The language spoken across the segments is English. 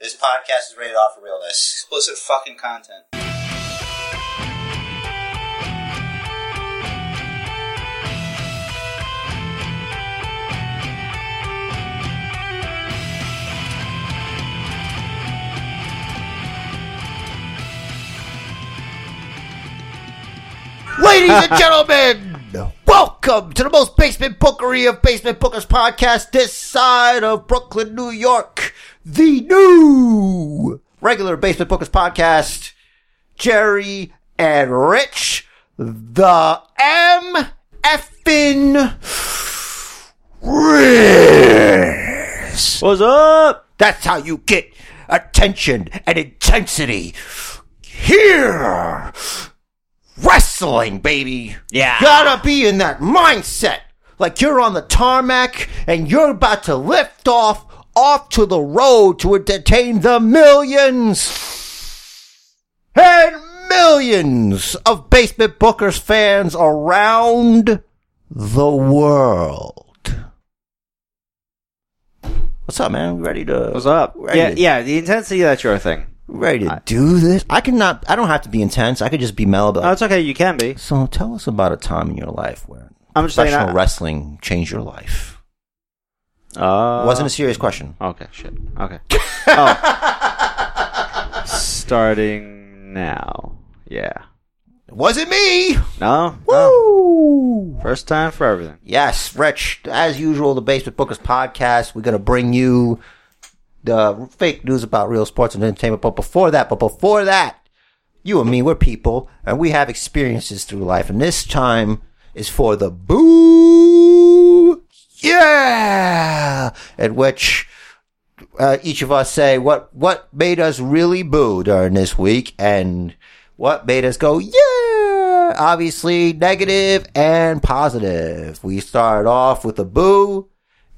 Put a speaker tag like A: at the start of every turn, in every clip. A: This podcast is rated off for realness.
B: Explicit fucking content.
A: Ladies and gentlemen, welcome to the most basement bookery of basement bookers podcast this side of Brooklyn, New York. The new regular basement bookers podcast. Jerry and Rich, the M effing Riz.
C: What's up?
A: That's how you get attention and intensity. Here, wrestling, baby.
C: Yeah.
A: Gotta be in that mindset. Like you're on the tarmac and you're about to lift off, off to the road to entertain the millions and millions of Basement Bookers fans around the world. What's up, man? We ready to?
C: What's up?
A: Ready
C: Yeah,
A: to-
C: yeah. The intensity that's your thing.
A: ready to do this? I cannot. I don't have to be intense. I could just be mellow.
C: No,
A: But
C: it's okay. You can be.
A: so, tell us about a time in your life where
C: I'm just Uh, saying.
A: professional
C: I-
A: wrestling changed your life.
C: Uh,
A: Wasn't a serious question.
C: Okay. Shit. Okay. Oh. Starting now. Yeah. Uh,
A: Was it me? Oh.
C: No. no.
A: Woo!
C: First time for everything.
A: Yes, Rich. As usual, the Basement Bookers podcast. We're gonna bring you the fake news about real sports and entertainment. But before that, but before that, you and me, we're people, and we have experiences through life. And this time is for the boo, yeah, at which uh, each of us say what what made us really boo during this week, and what made us go yeah. Obviously, negative and positive. We start off with a boo,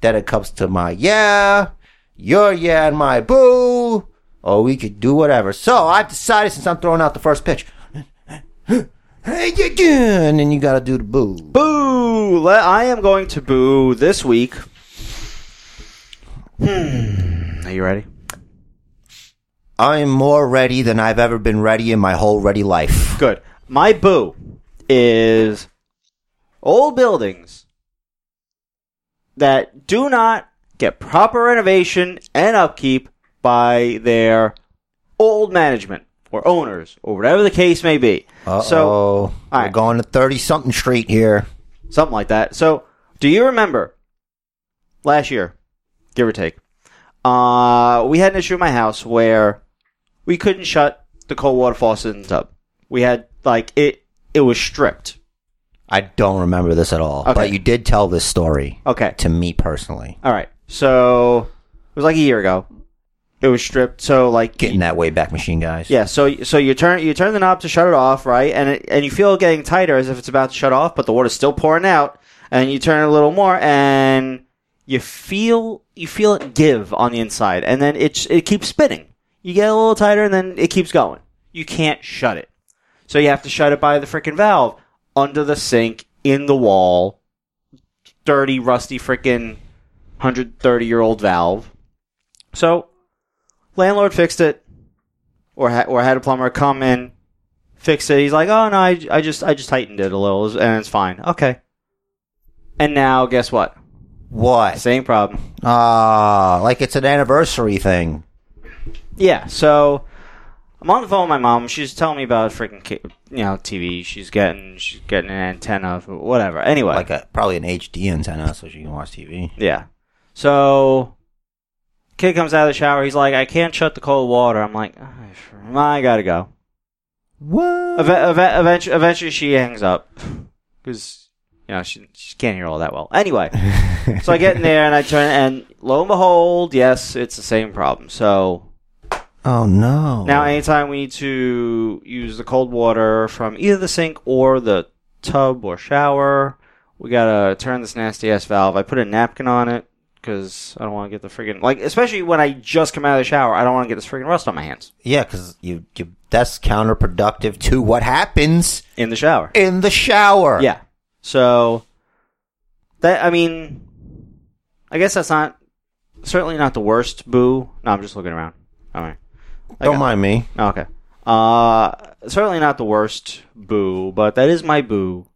A: then it comes to my yeah, your yeah, and my boo. Or we could do whatever. So I've decided since I'm throwing out the first pitch. Hey, you again, and you gotta do the boo.
C: Boo! Le- I am going to boo this week. Hmm. Are you ready?
A: I'm more ready than I've ever been ready in my whole ready life.
C: Good. My boo is old buildings that do not get proper renovation and upkeep by their old management or owners or whatever the case may be.
A: Uh-oh.
C: So
A: we're
C: alright.
A: going to 30 something street here.
C: something like that. So, do you remember last year, give or take, uh, we had an issue in my house where we couldn't shut the cold water faucet in the tub. We had like it; it was stripped.
A: I don't remember this at all,
C: Okay.
A: but you did tell this story
C: Okay,
A: to me personally.
C: all right. So it was like a year ago. It was stripped. So like
A: Getting that way back machine, guys.
C: Yeah, so so you turn you turn the knob to shut it off, right? And it, and you feel it getting tighter as if it's about to shut off, but the water's still pouring out. And you turn it a little more, and you feel you feel it give on the inside, and then it it keeps spinning. You get a little tighter, and then it keeps going. You can't shut it, so you have to shut it by the freaking valve under the sink in the wall, dirty, rusty, freaking hundred thirty year old valve. So landlord fixed it or ha- or had a plumber come in, fix it. He's like, oh no, I, I just I just tightened it a little and it's fine. Okay. And now guess what?
A: What?
C: Same problem.
A: Ah, like it's an anniversary thing.
C: Yeah, so I'm on the phone with my mom. She's telling me about freaking ca- you know TV. She's getting she's getting an antenna, whatever. Anyway,
A: Like a probably an HD antenna so she can watch TV.
C: Yeah. So, kid comes out of the shower. He's like, I can't shut the cold water. I'm like, "Ah, I gotta go.
A: What?
C: Eve- eve- eventually, eventually, she hangs up because you know she she can't hear all that well. Anyway, so I get in there and I turn and lo and behold, yes, it's the same problem. So
A: Oh no.
C: now, anytime we need to use the cold water from either the sink or the tub or shower, we gotta turn this nasty ass valve. I put a napkin on it because I don't want to get the friggin' like, especially when I just come out of the shower, I don't want to get this friggin' rust on my hands
A: Yeah, because you, you that's counterproductive to what happens
C: in the shower.
A: in the shower.
C: Yeah. So that I mean, I guess that's not certainly not the worst boo. No, I'm just looking around. All right. I
A: Don't
C: got- Oh,
A: mind me.
C: Okay. Uh, certainly not the worst boo, but that is my boo.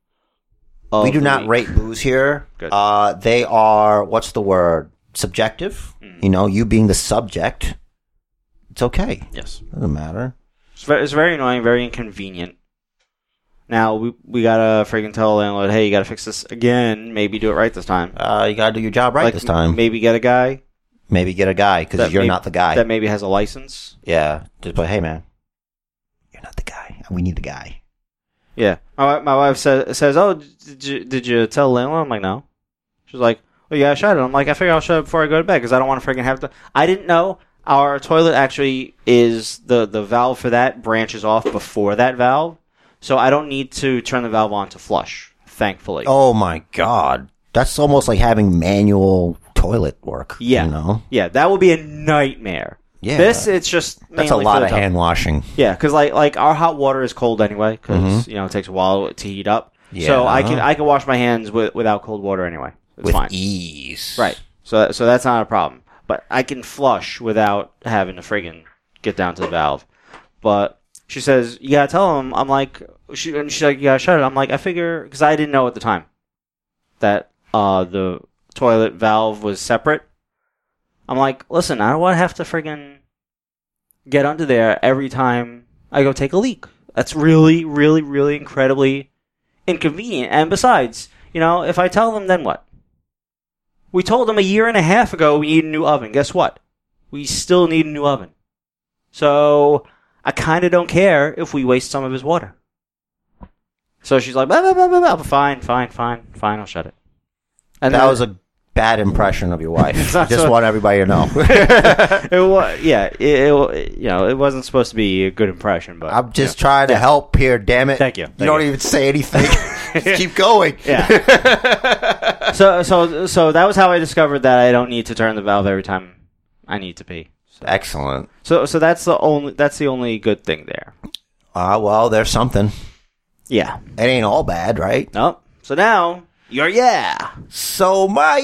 C: of
A: we do
C: the
A: not
C: week.
A: rate booze here.
C: Good.
A: Uh, they are what's the word? Subjective.
C: Mm.
A: You know, you being the subject, it's okay.
C: Yes.
A: Doesn't matter.
C: It's very, it's very annoying, very inconvenient. Now we we gotta freaking tell the landlord, hey, you gotta fix this again. Maybe do it right this time.
A: Uh, you gotta do your job right
C: Like,
A: this time.
C: Maybe get a guy
A: Maybe get a guy because
C: that
A: you're
C: may-
A: not the guy.
C: that maybe has a license.
A: yeah, just but hey, man, you're not the guy. We need the guy.
C: Yeah. My wi- my wife says says, oh, did you did you tell the landlord? I'm like, no. She's like, oh yeah, I shot it. I'm like, I figure I'll shut it before I go to bed because I don't want to freaking have to. I didn't know our toilet actually is the the valve for that branches off before that valve, so I don't need to turn the valve on to flush. Thankfully.
A: Oh my god, that's almost like having manual toilet work.
C: Yeah.
A: you know,
C: Yeah, that would be a nightmare.
A: Yeah.
C: This it's just
A: that's a
C: mainly
A: lot
C: for
A: of
C: the-
A: hand washing.
C: Yeah, because like like our hot water is cold anyway because you know it takes a while to heat up. So
A: Mm-hmm. Yeah.
C: I can I can wash my hands with, without cold water anyway. It's
A: with
C: fine.
A: ease.
C: right. So that- so that's not a problem. But I can flush without having to friggin' get down to the valve. But she says you gotta tell him. I'm like she and she's like you gotta shut it. I'm like I figure because I didn't know at the time that uh the toilet valve was separate. I'm like, listen, I don't want to have to friggin' get under there every time I go take a leak. That's really, really, really incredibly inconvenient. And besides, you know, if I tell them, then what? We told them a year and a half ago we need a new oven. Guess what? We still need a new oven. So I kind of don't care if we waste some of his water. So she's like, blah, blah, blah, blah, blah. fine, fine, fine, fine, I'll shut it. And
A: that
C: then-
A: was a bad impression of your wife.
C: It's not
A: Just
C: so-
A: want everybody to know.
C: it was, yeah, it, it, you know, it wasn't supposed to be a good impression, but
A: I'm just trying to help here. Damn it!
C: Thank you.
A: you
C: Thank
A: don't
C: you.
A: even say anything. just keep going.
C: yeah. so, so, so that was how I discovered that I don't need to turn the valve every time I need to pee.
A: Excellent.
C: So, so that's the only that's the only good thing there.
A: Ah, well, there's something.
C: Yeah.
A: It ain't all bad, right?
C: Oh, so now your yeah.
A: So my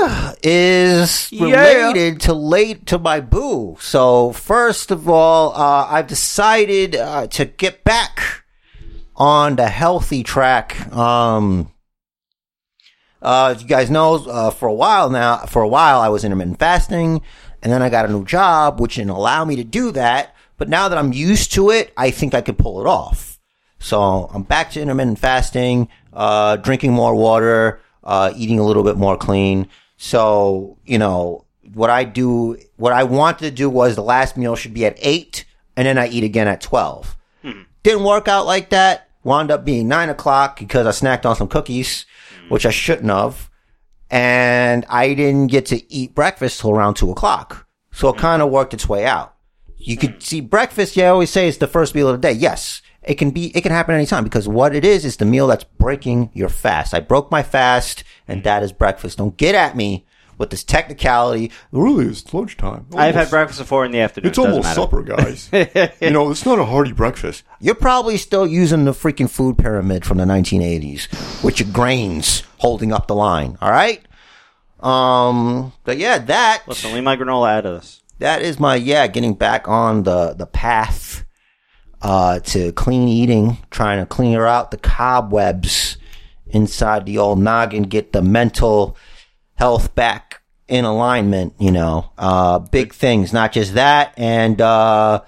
A: yeah is
C: Yeah.
A: related to late to my boo. So first of all, uh, I've decided uh, to get back on the healthy track. Um, uh, as you guys know, uh, for a while now, for a while I was intermittent fasting, and then I got a new job, which didn't allow me to do that. But now that I'm used to it, I think I could pull it off. So I'm back to intermittent fasting, uh, drinking more water, uh, eating a little bit more clean. So, you know, what I do, what I wanted to do was the last meal should be at eight and then I eat again at 12. Didn't work out like that. Wound up being nine o'clock because I snacked on some cookies,
C: Mm.
A: which I shouldn't have. And I didn't get to eat breakfast till around two o'clock. So
C: Mm.
A: it kind of worked its way out. You could see breakfast. Yeah, I always say it's the first meal of the day. Yes, it can be, it can happen anytime because what it is is the meal that's breaking your fast. I broke my fast
C: Mm.
A: and that is breakfast. Don't get at me with this technicality.
B: Really, it's lunchtime.
C: I've had
B: Almost-
C: breakfast before in the afternoon.
B: It's
C: Doesn't
B: almost
C: matter.
B: supper, guys. you know, it's not a hearty breakfast.
A: You're probably still using the freaking food pyramid from the 1980s with your grains holding up the line. All right. Um, but yeah, that,
C: Listen, leave my granola out of this.
A: that is my, yeah, getting back on the, the path, uh, to clean eating, trying to clear out the cobwebs inside the old noggin, get the mental health back in alignment, you know, uh, big things, not just that. And, uh,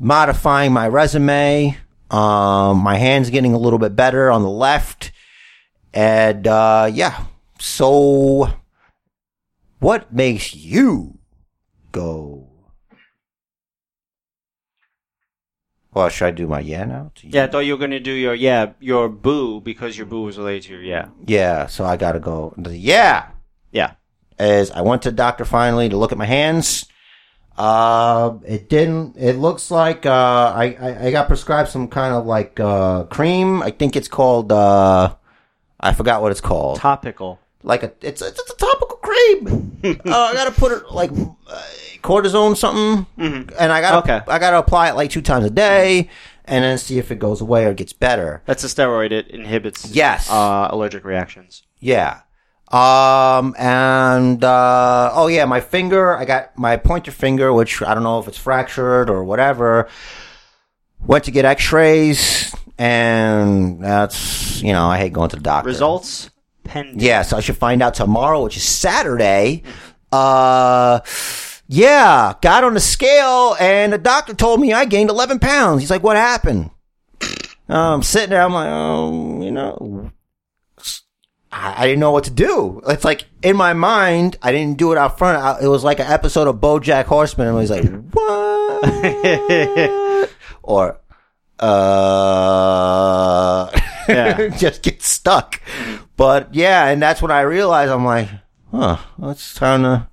A: modifying my resume. Um, my hands getting a little bit better on the left. And, uh, yeah. So what makes you go? Well, should I do my yeah now? To you?
C: Yeah, I thought you were gonna do your yeah your boo because your boo was related to your yeah
A: Yeah. So I gotta go. The yeah.
C: yeah.
A: As I went to the doctor finally to look at my hands. Uh, it didn't, it looks like, uh, I, I, I got prescribed some kind of like, uh, cream. I think it's called, uh, I forgot what it's called.
C: Topical.
A: Like a, it's, it's, it's a topical cream. uh, I gotta put it like uh, cortisone something. And I gotta,
C: Okay.
A: I gotta apply it like two times a day and then see if it goes away or gets better.
C: That's a steroid. It inhibits
A: Yes.
C: uh, allergic reactions.
A: Yeah. Um, and, uh, oh yeah, my finger, I got my pointer finger, which I don't know if it's fractured or whatever. Went to get x-rays and that's, you know, I hate going to the doctor.
C: Results pending.
A: Yes, I should find out tomorrow, which is Saturday. Uh, yeah, got on the scale and the doctor told me I gained 11 pounds. He's like, what happened? Um, I'm sitting there. I'm like, oh, you know, I, I didn't know what to do. It's like in my mind, I didn't do it out front. I, it was like an episode of BoJack Horseman. And I was like, what? or, uh,
C: Yeah.
A: just get stuck. But yeah, and that's when I realized I'm like, huh, well, it's time to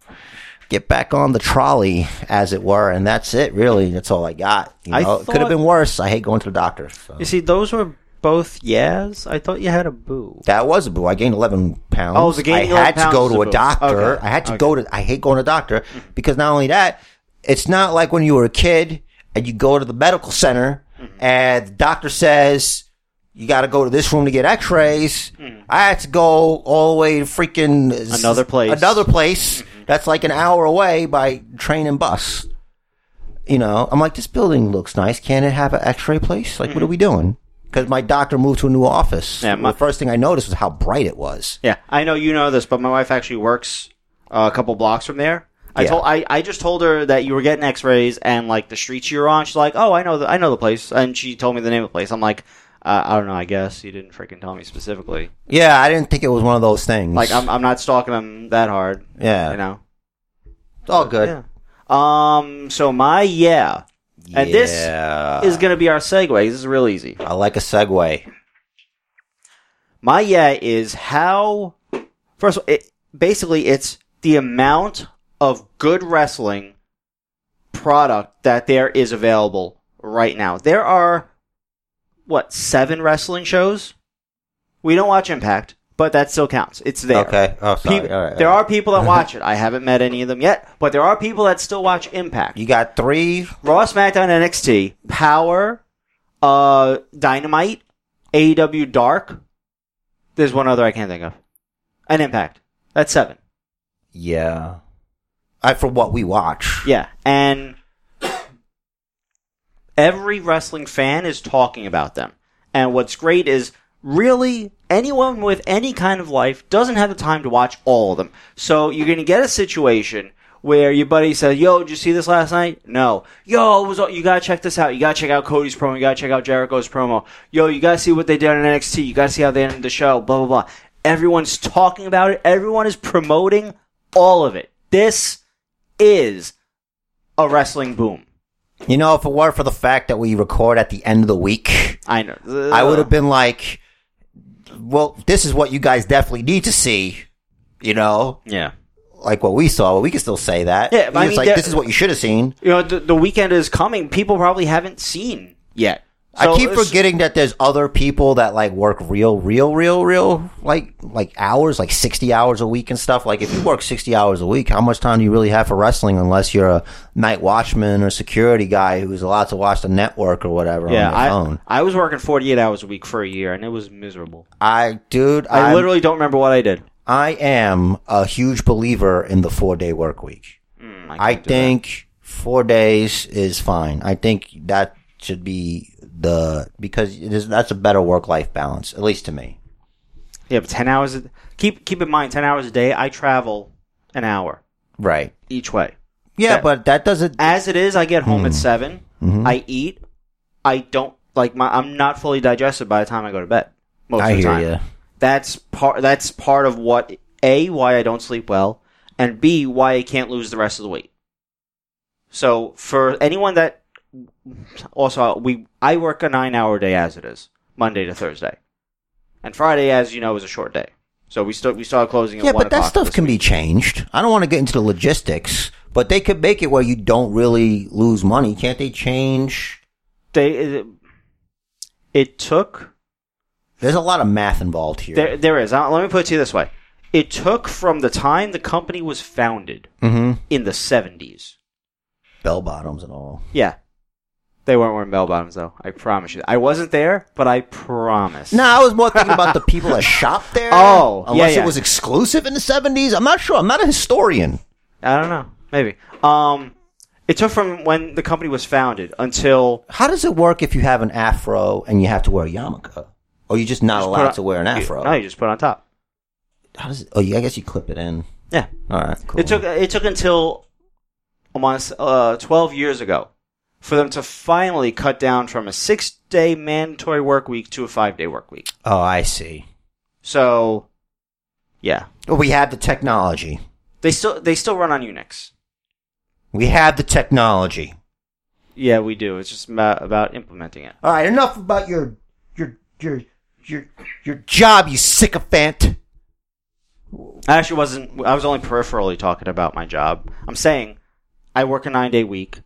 A: get back on the trolley, as it were. And that's it, really. That's all I got. You
C: I
A: know, it could have
C: thought-
A: been worse. I hate going to the doctor. So.
C: You see, those were both yes. I thought you had a boo.
A: That was a boo. I gained 11 pounds.
C: Oh, the gaining
A: I
C: 11
A: had to
C: pounds
A: go
C: is
A: to
C: a
A: a
C: boo.
A: doctor.
C: Okay.
A: I had to
C: Okay.
A: go to, I hate going to a doctor because not only that, it's not like when you were a kid and you go to the medical center
C: Mm-hmm.
A: and the doctor says, you got to go to this room to get x-rays. I had to go all the way to freaking s-
C: Mm-hmm. Another place. Mm-hmm.
A: Another place. That's like an hour away by train and bus. You know, I'm like, this building looks nice. Can it have an x-ray place? Like, what are we doing? Because my doctor moved to a new office.
C: Mm-hmm. Yeah, my-
A: the first thing I noticed was how bright it was.
C: Yeah, I know you know this, but my wife actually works uh, a couple blocks from there. I
A: Yeah.
C: told I, I just told her that you were getting X-rays and like the streets you were on. She's like, oh, I know the I know the place, and she told me the name of the place. I'm like, uh, I don't know. I guess you didn't freaking tell me specifically.
A: Yeah, I didn't think it was one of those things.
C: Like I'm I'm not stalking them that hard.
A: yeah,
C: You know.
A: it's all good.
C: Yeah. Um. So my yeah And this
A: Yeah.
C: is gonna be our segue. This is real easy.
A: I like a segue.
C: My yeah is how. First, of all, it, basically, it's the amount of good wrestling product that there is available right now. There are what seven wrestling shows. We don't watch Impact, but that still counts. It's there.
A: Okay. Oh, sorry.
C: Peop-
A: all right,
C: there
A: all
C: are people that watch it. I haven't met any of them yet, but there are people that still watch Impact.
A: right. You got three.
C: Raw, SmackDown, NXT, Power, uh, Dynamite, AEW, Dark. There's one other I can't think of. And Impact. That's seven.
A: Yeah. I for what we watch.
C: Yeah, and every wrestling fan is talking about them. And what's great is really anyone with any kind of life doesn't have the time to watch all of them. So you're going to get a situation where your buddy says, "Yo, did you see this last night?" No. "Yo, it was all- you got to check this out. You got to check out Cody's promo. You got to check out Jericho's promo. Yo, you got to see what they did on NXT. You got to see how they ended the show, blah blah blah." Everyone's talking about it. Everyone is promoting all of it. This is a wrestling boom.
A: You know, if it weren't for the fact that we record at the end of the week,
C: I know.
A: I would have been like, "Well, this is what you guys definitely need to see." You know,
C: Yeah.
A: like what we saw. We can still say that.
C: Yeah,
A: it's
C: but I mean,
A: like
C: there-
A: this is what you should have seen.
C: You know, the, the weekend is coming. People probably haven't seen yet. So
A: I keep
C: it's-
A: forgetting that there's other people that like work real, real, real, real like like hours, like sixty hours a week and stuff. Like if you work sixty hours a week, how much time do you really have for wrestling unless you're a night watchman or security guy who's allowed to watch the network or whatever
C: Yeah,
A: on your phone?
C: I, I was working 48 hours a week for a year, and it was miserable.
A: I dude,
C: I
A: I'm-
C: literally don't remember what I did.
A: I am a huge believer in the four day work week.
C: Mm,
A: I
C: can't do that.
A: think four days is fine. I think that should be the because it is, that's a better work life balance, at least to me.
C: Yeah, but 10 hours. A, keep keep in mind, 10 hours a day. I travel an hour
A: Right.
C: each way.
A: Yeah,
C: That-
A: but that doesn't.
C: As it is, I get home at 7 I eat. I don't like my. I'm not fully digested by the time I go to bed. Most
A: I
C: of the
A: hear
C: time.
A: you.
C: that's part that's part of what a why I don't sleep well and b why I can't lose the rest of the weight. So for anyone that also we I work a 9-hour day as it is, Monday to Thursday. And Friday as you know is a short day. So we still we started closing at
A: Yeah,
C: 1
A: but that
C: o'clock
A: stuff
C: this
A: can
C: week.
A: be changed. I don't want to get into the logistics, but they could make it where you don't really lose money. Can't they change?
C: they it, it took
A: There's a lot of math involved here.
C: there there is. Uh, let me put it to you this way. It took from the time the company was founded
A: mm-hmm.
C: in the 70s.
A: Bell bottoms and all.
C: Yeah. They weren't wearing bell bottoms though. I promise you. I wasn't there, but I promise.
A: No, I was more thinking about the people that shop there.
C: Oh, yeah,
A: unless
C: yeah.
A: it was exclusive in the seventies. I'm not sure. I'm not a historian.
C: I don't know. Maybe. Um, it took from when the company was founded until
A: How does it work if you have an afro and you have to wear a yarmulke, or you're just not allowed
C: on-
A: to wear an afro?
C: no, you just put it on top.
A: How does? It, oh, yeah, I guess you clip it in.
C: Yeah.
A: All right, cool.
C: It took it took until almost uh, twelve years ago for them to finally cut down from a six day mandatory work week to a five day work week.
A: Oh, I see.
C: So, yeah,
A: Well, we had the technology.
C: they still they still run on Unix.
A: We had the technology.
C: Yeah, we do. It's just about, about implementing it.
A: All right, enough about your your your your your job, you sycophant.
C: I actually wasn't. I was only peripherally talking about my job. I'm saying I work a nine day week,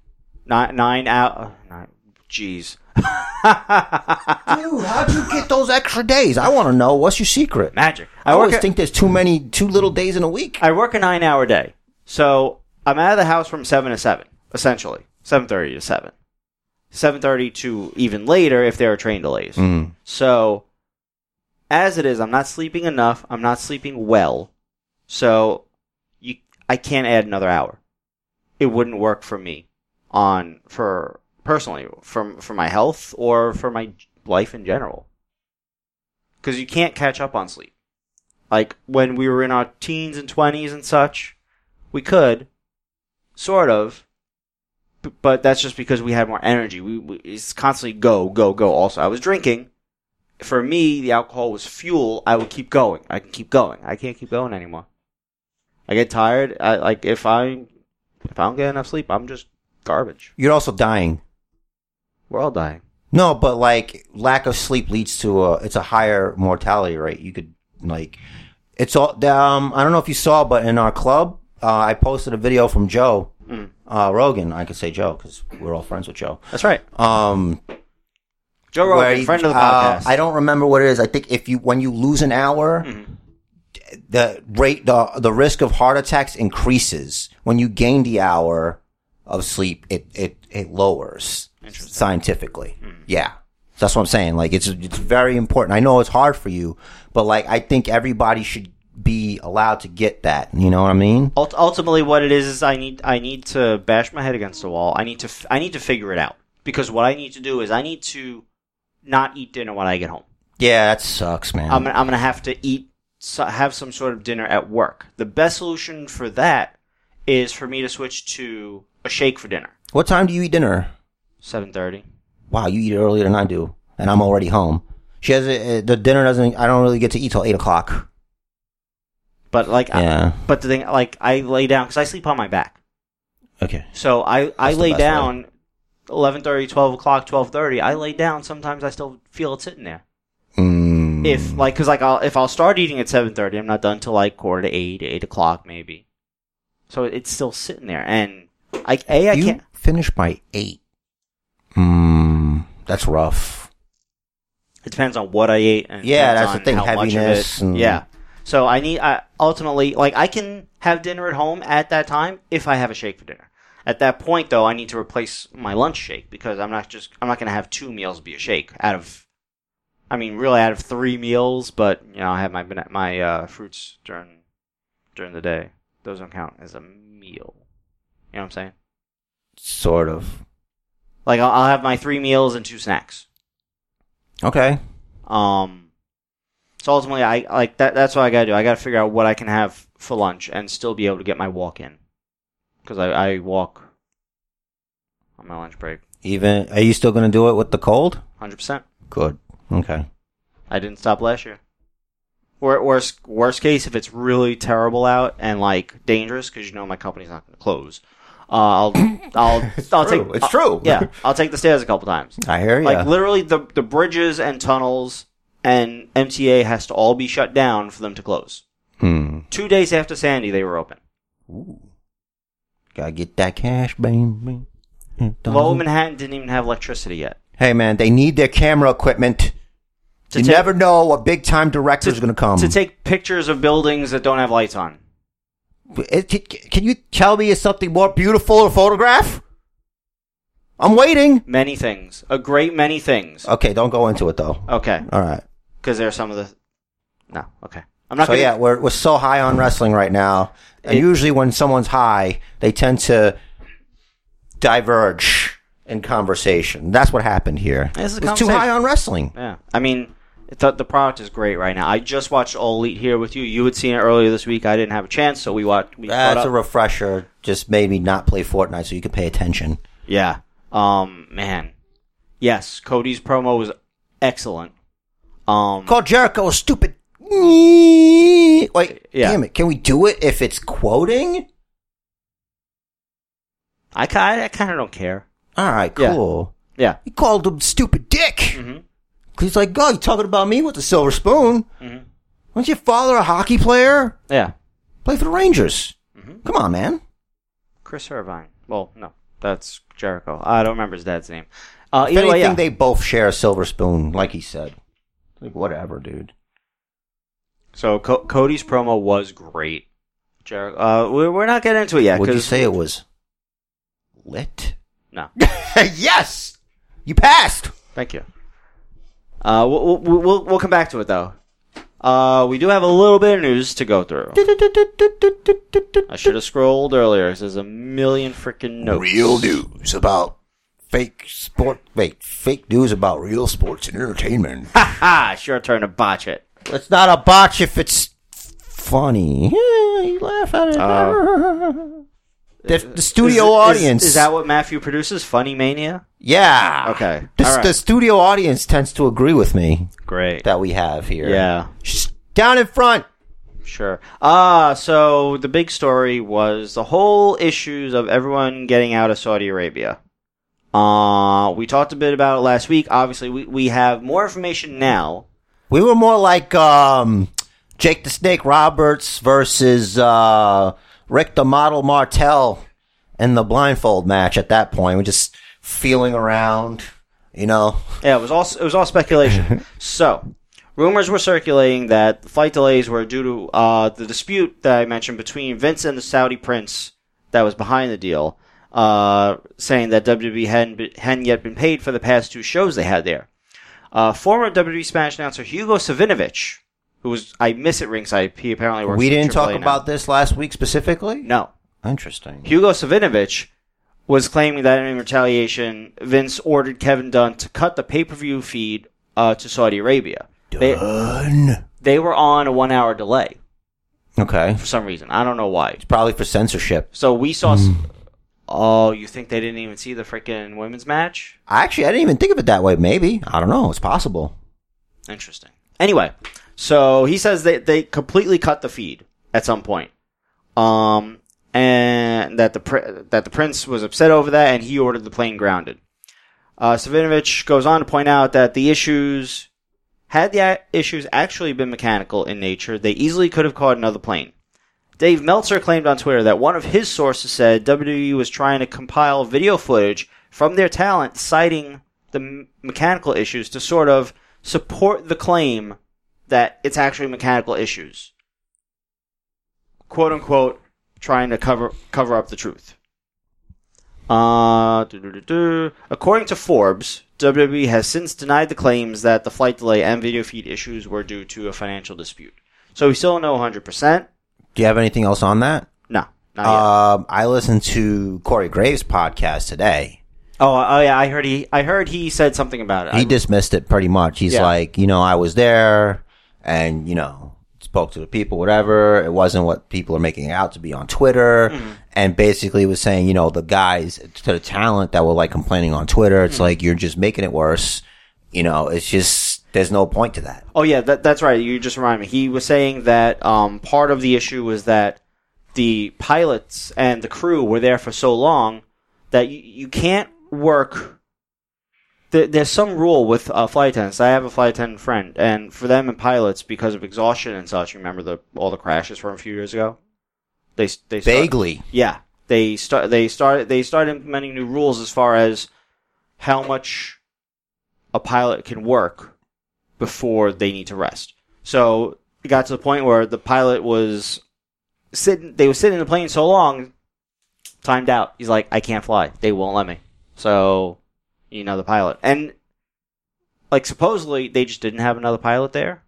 C: nine nine out. uh, Nine, jeez,
A: Dude, how'd you get those extra days? I want to know. What's your secret?
C: magic.
A: I,
C: work
A: always
C: a-
A: think there's too many, too little days in a week.
C: I work a nine hour day. So I'm out of the house from seven to seven, essentially. Seven thirty to seven. Seven thirty to even later if there are train delays.
A: Mm.
C: So as it is, I'm not sleeping enough, I'm not sleeping well. So you I can't add another hour. It wouldn't work for me on for personally from for my health or for my life in general. Cuz you can't catch up on sleep like when we were in our teens and 20s and such, we could, sort of, b- but that's just because we had more energy. We, we it's constantly go, go, go. Also, I was drinking. For me, the alcohol was fuel. I would keep going. I can keep going. I can't keep going anymore. I get tired. I like if I if I don't get enough sleep, I'm just garbage.
A: You're also dying.
C: We're all dying.
A: No, but like lack of sleep leads to a it's a higher mortality rate. You could like it's all um I don't know if you saw, but in our club, uh, I posted a video from Joe
C: Mm.
A: uh, Rogan. I could say Joe because we're all friends with Joe.
C: That's right.
A: Um,
C: Joe
A: where
C: Rogan,
A: he-
C: friend of the
A: uh,
C: podcast.
A: I don't remember what it is. I think if you when you lose an hour,
C: Mm-hmm.
A: the rate the the risk of heart attacks increases. When you gain the hour of sleep, it it it lowers scientifically.
C: Hmm.
A: Yeah. So That's what I'm saying. Like it's it's very important. I know it's hard for you, but like I think everybody should be allowed to get that. You know what I mean?
C: Ult- ultimately, what it is is I need I need to bash my head against the wall. I need to f- I need to figure it out because what I need to do is I need to not eat dinner when I get home.
A: Yeah, that sucks, man.
C: I'm gonna, I'm gonna have to eat so, have some sort of dinner at work. The best solution for that is for me to switch to a shake for dinner.
A: what time do you eat dinner?
C: Seven thirty.
A: wow, you eat earlier than I do, and I'm already home. She has a, uh, the dinner doesn't. I don't really get to eat till eight o'clock.
C: But like, I-
A: Yeah.
C: but the thing like I lay down because I sleep on my back.
A: Okay.
C: So I, I
A: That's the
C: lay
A: best way.
C: down eleven thirty, twelve 11.30, 12 o'clock, 12.30. I lay down. Sometimes I still feel it sitting there.
A: Mm.
C: if like because like I'll if I'll start eating at seven thirty, I'm not done till like quarter to eight, eight o'clock maybe. So it's still sitting there, and I a I
A: you
C: can't.
A: finish by eight, mm, that's rough.
C: It depends on what I ate. And it
A: Yeah,
C: depends
A: that's the
C: on
A: thing,
C: how much of it-
A: heaviness and-
C: Yeah. So I need I, ultimately like I can have dinner at home at that time if I have a shake for dinner. At that point though, I need to replace my lunch shake because I'm not just I'm not going to have two meals be a shake out of. I mean, really, out of three meals, but you know, I have my bana- my uh, fruits during during the day. Those don't count as a meal. You know what I'm saying?
A: Sort of.
C: Like I'll, I'll have my three meals and two snacks.
A: Okay.
C: Um, so ultimately, I like that. That's what I gotta do. I gotta figure out what I can have for lunch and still be able to get my walk in, because I, I walk on my lunch break,
A: Even are you still gonna do it with the cold?
C: hundred percent.
A: Good. Okay.
C: I didn't stop last year. Or worst worst case, if it's really terrible out and like dangerous, because you know my company's not gonna close. Uh, I'll I'll I'll
A: true.
C: take
A: It's
C: I'll-
A: true.
C: Yeah, I'll take the stairs a couple times.
A: I hear you.
C: Like literally, the the bridges and tunnels and MTA has to all be shut down for them to close.
A: Hmm.
C: Two days after Sandy, they were open.
A: Ooh. Gotta get that cash, baby.
C: Lower Manhattan didn't even have electricity yet.
A: Hey man, they need their camera equipment.
C: To
A: you
C: take-
A: never know a big time director's gonna come.
C: to take pictures of buildings that don't have lights on.
A: Eh, It- it- Can you tell me it's something more beautiful to photograph? I'm waiting.
C: Many things. A great many things.
A: Okay, don't go into it though.
C: Okay.
A: All right.
C: Because there are some of the. No. Okay. I'm not
A: so
C: gonna.
A: yeah, we're we're so high on wrestling right now, and
C: It-
A: usually when someone's high, they tend to diverge in conversation. That's what happened here.
C: This is a
A: it's too
C: conversation.
A: high on wrestling.
C: Yeah. I mean, the, the product is great right now. I just watched All Elite here with you. You had seen it earlier this week. I didn't have a chance, so we watched. We caught
A: That's
C: up.
A: a refresher. Just maybe not play Fortnite so you can pay attention.
C: yeah. Um. Man. Yes, Cody's promo was excellent. Um.
A: Call Jericho a stupid. Wait,
C: Yeah.
A: damn it! Can we do it if it's quoting?
C: I kind. I kind of don't care.
A: All right,
C: Yeah.
A: cool.
C: Yeah.
A: He called him stupid dick.
C: Mhm.
A: He's like, oh, you talking about me with the silver spoon?
C: Mhm.
A: Wasn't your father a hockey player?
C: Yeah.
A: Play for the Rangers.
C: Mhm.
A: Come on, man.
C: Chris Irvine. Well, no, that's Jericho. I don't remember his dad's name. Uh,
A: If
C: either
A: anything,
C: way, yeah.
A: they both share a silver spoon, like he said. Like, whatever, dude.
C: so Co- Cody's promo was great. Jericho. Uh, we're, we're not getting into it yet.
A: Would you
C: 'cause-
A: say it was lit?
C: No.
A: yes! You passed!
C: Thank you. Uh, we'll, we'll, we'll, we'll come back to it though. Uh, we do have a little bit of news to go through. I should have scrolled earlier. 'cause There's a million freaking notes.
A: news about fake sport. Wait, fake news about real sports and entertainment.
C: Ha ha! It's your turn to botch it.
A: it's not a botch if it's funny. Yeah, you laugh at it. the, the studio
C: Oh. Is- is-
A: audience.
C: Is, that what Matthew produces? Funny Mania?
A: Yeah.
C: Okay.
A: The,
C: All right.
A: the studio audience tends to agree with me
C: Great.
A: that we have here.
C: yeah.
A: Shh, Down in front.
C: Sure. Ah, so the big story was the whole issues of everyone getting out of Saudi Arabia. Uh, we talked a bit about it last week. Obviously, we, we have more information now.
A: We were more like um, Jake the Snake Roberts versus uh, Rick the Model Martel in the blindfold match at that point. We're just feeling around, you know.
C: Yeah, it was all it was all speculation. so, rumors were circulating that flight delays were due to uh, the dispute that I mentioned between Vince and the Saudi prince that was behind the deal, uh, saying that WWE hadn't, be, hadn't yet been paid for the past two shows they had there. Uh, former WWE Spanish announcer Hugo Savinovich, who was I miss it ringside, he apparently works.
A: We
C: for
A: didn't talk
C: AAA now.
A: about this last week specifically.
C: no.
A: Interesting.
C: Hugo Savinovich was claiming that in retaliation, Vince ordered Kevin Dunn to cut the pay per view feed uh, to Saudi Arabia. They,
A: Done.
C: they were on a one hour delay
A: Okay.
C: for some reason. I don't know why.
A: Probably for censorship.
C: So we saw. s Oh, you think they didn't even see the freaking women's match?
A: Actually, I didn't even think of it that way. Maybe. I don't know. It's possible.
C: Interesting. Anyway, so he says that they completely cut the feed at some point. Um, and that the pr- that the prince was upset over that, and he ordered the plane grounded. Uh, Savinovich goes on to point out that the issues had the a- issues actually been mechanical in nature, they easily could have caught another plane. Dave Meltzer claimed on Twitter that one of his sources said WWE was trying to compile video footage from their talent citing the m- mechanical issues to sort of support the claim that it's actually mechanical issues. Quote unquote, trying to cover cover up the truth. Uh, doo-doo-doo-doo. according to Forbes, WWE has since denied the claims that the flight delay and video feed issues were due to a financial dispute. So we still don't know 100%.
A: Do you have anything else on that?
C: No, not yet.
A: Um, I listened to Corey Graves' podcast today.
C: Oh, oh yeah, I heard he I heard he said something about it.
A: He
C: I-
A: dismissed it pretty much. He's
C: Yeah.
A: like, you know, I was there and, you know, spoke to the people, whatever. It wasn't what people are making it out to be on Twitter.
C: Mm-hmm.
A: And basically was saying, you know, the guys to the talent that were like complaining on Twitter,
C: Mm-hmm.
A: it's like, you're just making it worse. You know, it's just, there's no point to that.
C: Oh yeah, that, that's right. You just remind me. He was saying that um, part of the issue was that the pilots and the crew were there for so long that you, you can't work. There, there's some rule with uh, flight attendants. I have a flight attendant friend, and for them and pilots, because of exhaustion and such, you remember the all the crashes from a few years ago. They s- they start-
A: Vaguely.
C: yeah, they start they started they started implementing new rules as far as how much a pilot can work before they need to rest. So it got to the point where the pilot was sitting they were sitting in the plane so long, timed out. He's like, I can't fly. They won't let me. So, you know, the pilot. And, like, supposedly they just didn't have another pilot there.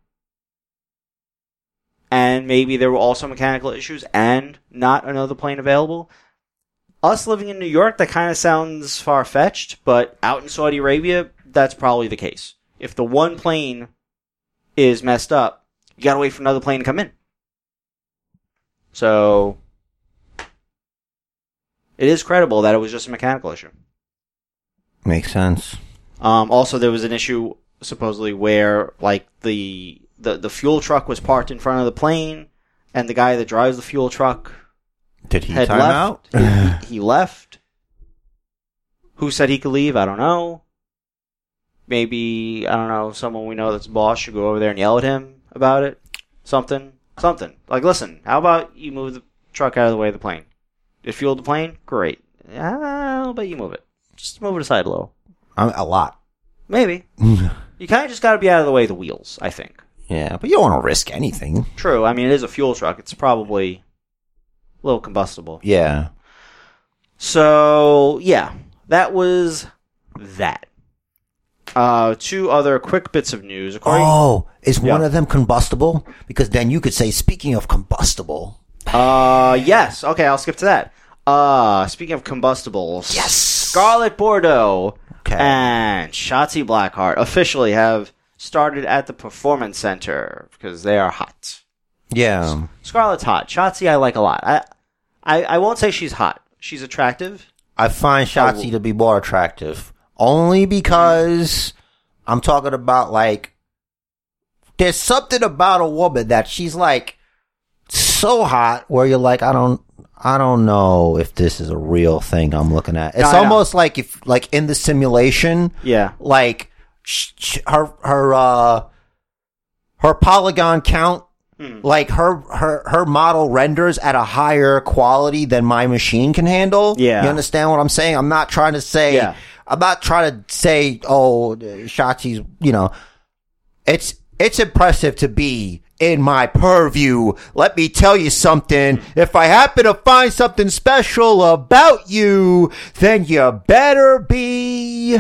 C: And maybe there were also mechanical issues and not another plane available. Us living in New York, that kind of sounds far fetched, but out in Saudi Arabia, that's probably the case. If the one plane is messed up, you gotta wait for another plane to come in. So, it is credible that it was just a mechanical issue.
A: Makes sense.
C: Um, also, there was an issue supposedly where like the, the the fuel truck was parked in front of the plane, and the guy that drives the fuel truck
A: Did he
C: had
A: time
C: left.
A: out?
C: He, he left. Who said he could leave? I don't know. Maybe I don't know. Someone we know that's a boss should go over there and yell at him about it. Something, something. Like, listen, how about you move the truck out of the way of the plane? It fueled the plane. Great. How about you move it? Just move it aside a little.
A: Um, a lot.
C: Maybe. You kind of just got to be out of the way of the wheels, I think.
A: yeah, but you don't want to risk anything.
C: True. I mean, it is a fuel truck. It's probably a little combustible.
A: Yeah.
C: So, yeah, that was that. Uh, two other quick bits of news. According,
A: Oh, is one
C: Yeah.
A: of them combustible? Because then you could say, speaking of combustible,
C: uh, yes. Okay, I'll skip to that. Uh, speaking of combustibles,
A: Yes.
C: Scarlet Bordeaux
A: Okay.
C: and Shotzi Blackheart officially have started at the Performance Center because they are hot.
A: yeah,
C: Scarlett's hot. Shotzi, I like a lot. I, I, I won't say she's hot. She's attractive.
A: I find
C: Oh.
A: Shotzi to be more attractive only because I'm talking about like there's something about a woman that she's like so hot where you're like I don't I don't know if this is a real thing I'm looking at. It's
C: I know.
A: almost like if like in the simulation
C: Yeah.
A: like sh- sh- her her uh her polygon count
C: Hmm.
A: like her her her model renders at a higher quality than my machine can handle
C: Yeah.
A: you understand what i'm saying i'm not trying to say
C: Yeah.
A: i'm not trying to say oh shachi's you know it's it's impressive to be in my purview. Let me tell you something. If I happen to find something special about you, then you better be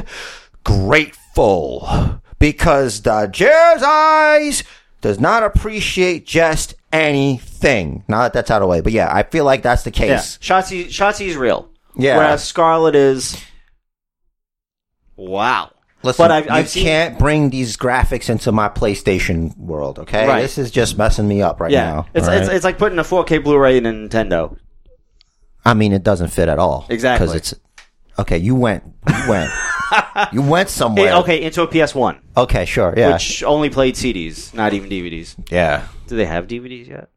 A: grateful because the Jer's eyes does not appreciate just anything. Now that that's out of the way, but yeah, I feel like that's the
C: Yeah.
A: case.
C: Shotzi, Shotzi's real.
A: Yeah.
C: Whereas Scarlet is. Wow.
A: Listen,
C: but I've,
A: you
C: I've seen.
A: can't bring these graphics into my PlayStation world, okay?
C: Right.
A: This is just messing me up right
C: yeah.
A: now.
C: It's,
A: all right?
C: it's, it's like putting a 4K Blu ray in a Nintendo.
A: I mean, it doesn't fit at all.
C: Exactly.
A: Because it's okay. You went. You went. you went somewhere.
C: Eh, okay, into a PS1,
A: Okay. Sure. Yeah.
C: which only played CDs, not even DVDs.
A: yeah.
C: Do they have DVDs yet?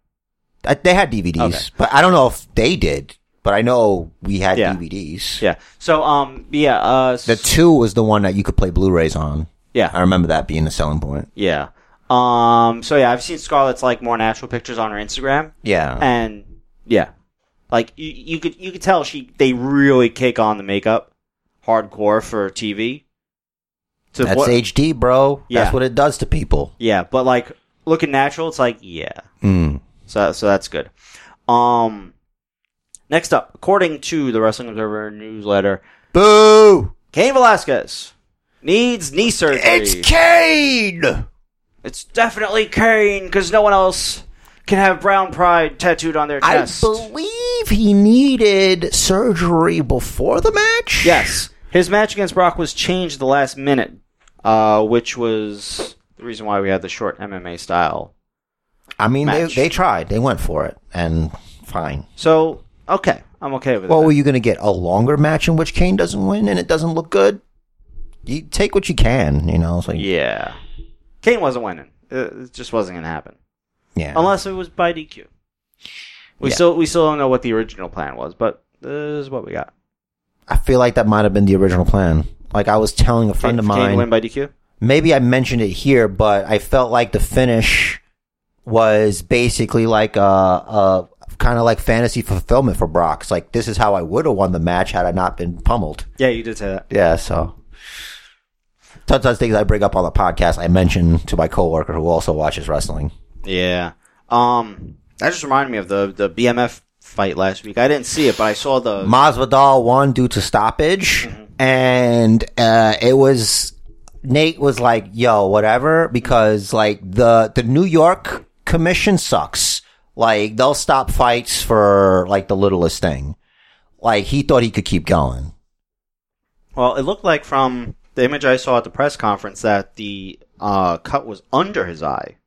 A: I, they had DVDs,
C: Okay.
A: but I don't know if they did. But I know we had
C: Yeah.
A: DVDs.
C: Yeah. So, um, yeah. Uh,
A: The two was the one that you could play Blu-rays on.
C: yeah.
A: I remember that being a selling point.
C: Yeah. Um, so, yeah, I've seen Scarlet's like more natural pictures on her Instagram.
A: Yeah.
C: and yeah, like you, you could you could tell she they really kick on the makeup hardcore for TV. To
A: That's
C: what-
A: HD, bro.
C: Yeah.
A: That's what it does to people.
C: yeah, but like looking natural, it's like yeah,
A: Mm.
C: so so that's good. Um, next up, according to the Wrestling Observer newsletter,
A: Boo!
C: Cain Velasquez needs knee surgery.
A: It's Kane.
C: It's definitely Kane because no one else can have brown pride tattooed on their
A: I
C: chest.
A: believe he needed surgery before the match.
C: Yes. His match against Brock was changed the last minute, uh, which was the reason why we had the short MMA style.
A: I mean, they,
C: match.
A: they tried. They went for it, and fine.
C: So, okay. I'm okay with
A: Well,
C: it.
A: were you going to get a longer match in which Kane doesn't win and it doesn't look good? You take what you can, you know. So yeah,
C: yeah. Kane wasn't winning. It it just wasn't going to happen. Unless it was by DQ. We
A: Yeah.
C: still we still don't know what the original plan was, but this is what we got.
A: I feel like that might have been the original plan. Like I was telling a friend
C: Kane,
A: of
C: Kane
A: mine,
C: win by DQ?
A: maybe I mentioned it here, but I felt like the finish was basically like a, a kind of like fantasy fulfillment for Brock. It's like this is how I would have won the match had I not been pummeled.
C: Yeah, you did say that.
A: Yeah, so sometimes things I bring up on the podcast, I mention to my coworker who also watches wrestling.
C: Yeah. Um, that just reminded me of the, the BMF fight last week. I didn't see it, but I saw the.
A: Masvidal won due to stoppage, and uh, it was Nate was like, "Yo, whatever," because like the the New York Commission sucks. Like they'll stop fights for like the littlest thing. Like he thought he could keep going.
C: Well, it looked like from the image I saw at the press conference that the uh, cut was under his eye.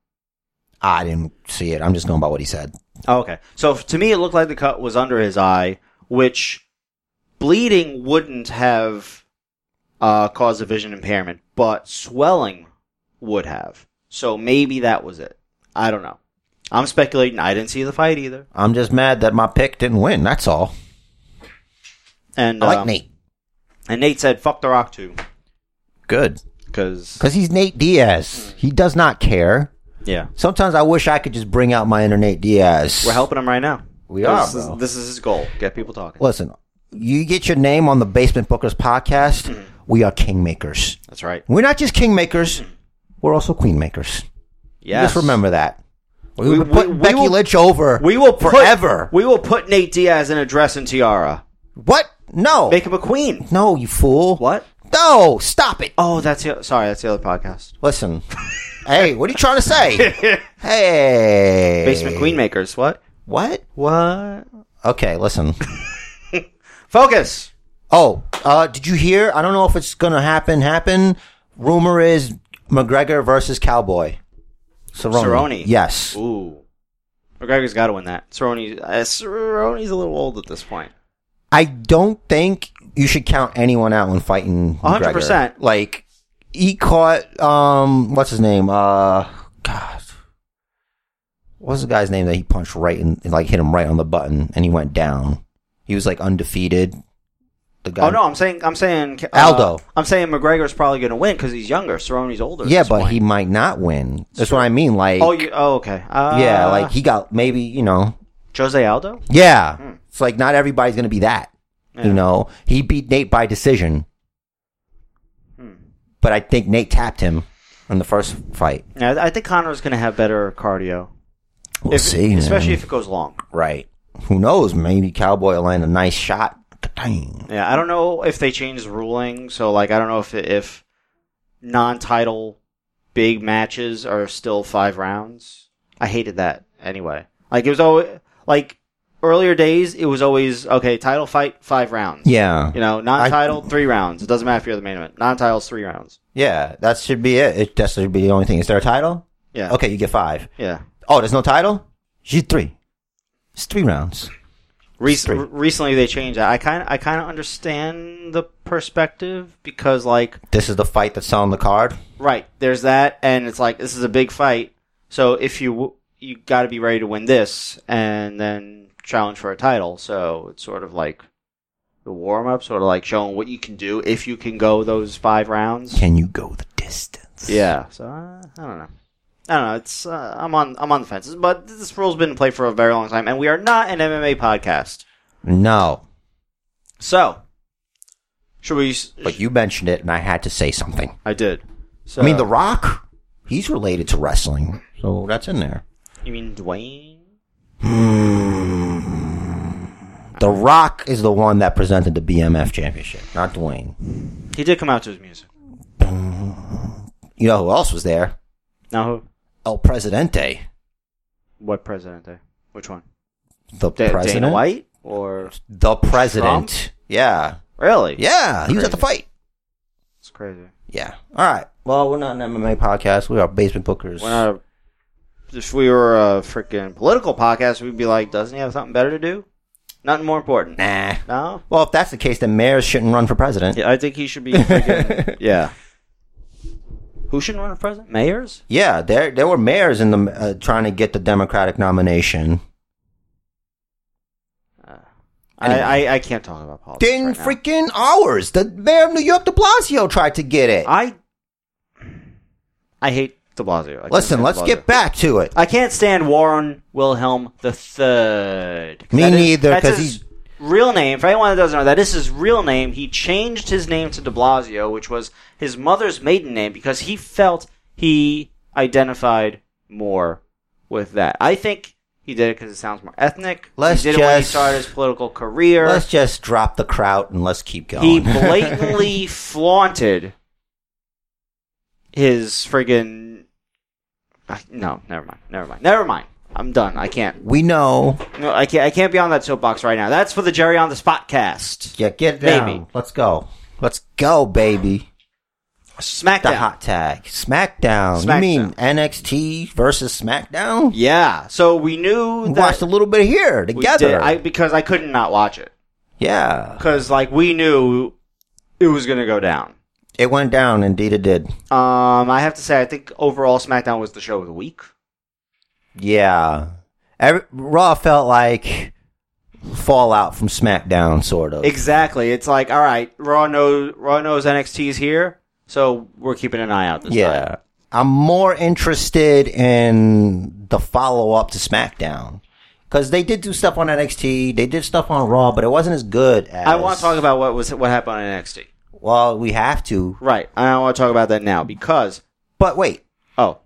A: I didn't see it. I'm just going by what he said.
C: Oh, okay. So f- to me, it looked like the cut was under his eye, which bleeding wouldn't have uh, caused a vision impairment, but swelling would have. So maybe that was it. I don't know. I'm speculating. I didn't see the fight either.
A: I'm just mad that my pick didn't win. That's all.
C: And
A: I like
C: um,
A: Nate.
C: And Nate said, "Fuck the Rock too,"
A: Good.
C: because
A: Because he's Nate Diaz. He does not care.
C: yeah,
A: Sometimes I wish I could just bring out my inner Nate Diaz.
C: we're helping him right now.
A: We are,
C: This is,
A: bro.
C: this is his goal: get people talking.
A: Listen, you get your name on the Basement Bookers podcast. We are kingmakers.
C: That's right.
A: We're not just kingmakers. We're also queenmakers.
C: Yes.
A: Just remember that. We,
C: We-
A: were putting
C: we- we
A: Becky
C: will-
A: Lynch over.
C: We will put,
A: forever.
C: We will put Nate Diaz in a dress and tiara.
A: what? No.
C: Make him a queen.
A: no, you fool.
C: What?
A: No, stop it.
C: Oh, that's the, sorry. That's the other podcast.
A: Listen. hey, what are you trying to say? hey.
C: Basement Queen Makers. What?
A: What?
C: What?
A: Okay, listen.
C: Focus.
A: Oh, uh, did you hear? I don't know if it's gonna happen. Happen. Rumor is McGregor versus Cowboy. Cerrone.
C: Cerrone.
A: Yes.
C: Ooh. McGregor's got to win that. Cerrone, uh, Cerrone's a little old at this point.
A: I don't think you should count anyone out when fighting.
C: hundred
A: McGregor.
C: percent.
A: Like he caught. Um, what's his name? Uh, God. What's the guy's name that he punched right in, like hit him right on the button and he went down? He was like undefeated. The guy.
C: Oh no, I'm saying I'm saying uh,
A: Aldo.
C: I'm saying McGregor's probably going to win because he's younger. Cerrone's older. at
A: Yeah,
C: this
A: but
C: point.
A: he might not win. That's what I mean. Like.
C: Oh, you, oh okay. Uh,
A: yeah, like he got maybe you know
C: Jose Aldo.
A: Yeah. It's like not everybody's going to be that.
C: Yeah.
A: You know, he beat Nate by decision. But I think Nate tapped him in the first fight.
C: Yeah, I I think Connor's going to have better cardio.
A: We'll
C: If-
A: see. man.
C: especially if it goes long.
A: right. Who knows? Maybe Cowboy will land a nice shot. Dang.
C: Yeah, I don't know if they changed the ruling, so like I don't know if if non-title big matches are still five rounds. I hated that anyway. Like it was always like earlier days, it was always okay. Title fight five rounds.
A: Yeah.
C: you know, non-title three rounds. It doesn't matter if you're the main event. Non-titles three rounds.
A: Yeah. That should be it. it. That should be the only thing. Is there a title?
C: Yeah.
A: Okay, you get five.
C: Yeah.
A: Oh, there's no title? She's three. It's three rounds.
C: Rec-
A: Straight.
C: recently they changed that. I kind of I kind of understand the perspective because like
A: This is the fight that's on the card.
C: Right. There's that, and it's like this is a big fight. So if you w- you got to be ready to win this, and then challenge for a title. So it's sort of like the warm up, sort of like showing what you can do if you can go those five rounds.
A: Can you go the distance?
C: Yeah. So uh, I don't know. I don't know. It's uh, I'm on I'm on the fences, but this rule's been in play for a very long time, and we are not an MMA podcast.
A: No.
C: So should we? s-
A: But you mentioned it and I had to say something.
C: I did. So
A: I mean, The Rock, he's related to wrestling, so that's in there.
C: you mean Dwayne?
A: Mm. The Rock is the one that presented the BMF championship, not Dwayne.
C: He did come out to his music.
A: You know who else was there?
C: Now who?
A: El Presidente,
C: What president? Day? Which one?
A: the
C: Da-
A: president,
C: Dana White or
A: the president. Yeah,
C: really?
A: yeah, he was at the fight.
C: it's crazy.
A: Yeah. All right. Well, we're not an MMA podcast. We are basement bookers.
C: We're not. A, uh, if we were a freaking political podcast, we'd be like, doesn't he have something better to do? Nothing more important.
A: nah.
C: No.
A: Well, if that's the case, then mayors shouldn't run for president.
C: Yeah, I think he should be. Freaking, yeah. Who shouldn't run for president? Mayors.
A: Yeah, there there were mayors in the uh, trying to get the Democratic nomination.
C: I, I I can't talk about politics.
A: Ten
C: right now.
A: freaking hours. The mayor of New York, De Blasio, tried to get it.
C: I I hate De Blasio. I can't
A: Listen,
C: stand
A: let's
C: De Blasio.
A: get back to it.
C: I can't stand Warren Wilhelm the Third.
A: Me
C: That is-
A: neither,
C: that's
A: 'cause
C: his
A: he's-
C: real name. For anyone that doesn't know, that is his real name. He changed his name to De Blasio, which was his mother's maiden name, because he felt he identified more with that. I think He did it because it sounds more ethnic.
A: Let's
C: he did it when he
A: just-
C: started his political career.
A: Let's just drop the kraut and let's keep going.
C: He blatantly flaunted his friggin' I- no, never mind, never mind, never mind. I'm done. I can't.
A: we know.
C: No, I can't. I can't be on that soapbox right now. That's for the Jerry on the Spot cast.
A: Yeah, get down.
C: Maybe.
A: Let's go. Let's go, baby.
C: Smackdown.
A: The hot tag. SmackDown.
C: Smackdown.
A: You mean NXT versus SmackDown?
C: Yeah. So we knew
A: We
C: that
A: watched a little bit here
C: we
A: together.
C: did. I because I couldn't not watch it
A: yeah.
C: because like we knew it was gonna go down.
A: It went down. Indeed, it did.
C: Um, I have to say, I think overall SmackDown was the show of the week.
A: Yeah. Every, Raw felt like fallout from SmackDown, sort of.
C: Exactly. It's like, all right, Raw knows Raw knows NXT's here, so we're keeping an eye out this
A: yeah.
C: time.
A: I'm more interested in the follow up to SmackDown. Because they did do stuff on NXT, they did stuff on Raw, but it wasn't as good as.
C: I want to talk about what was what happened on NXT.
A: Well, we have to.
C: Right. I don't want to talk about that now because
A: But wait,
C: oh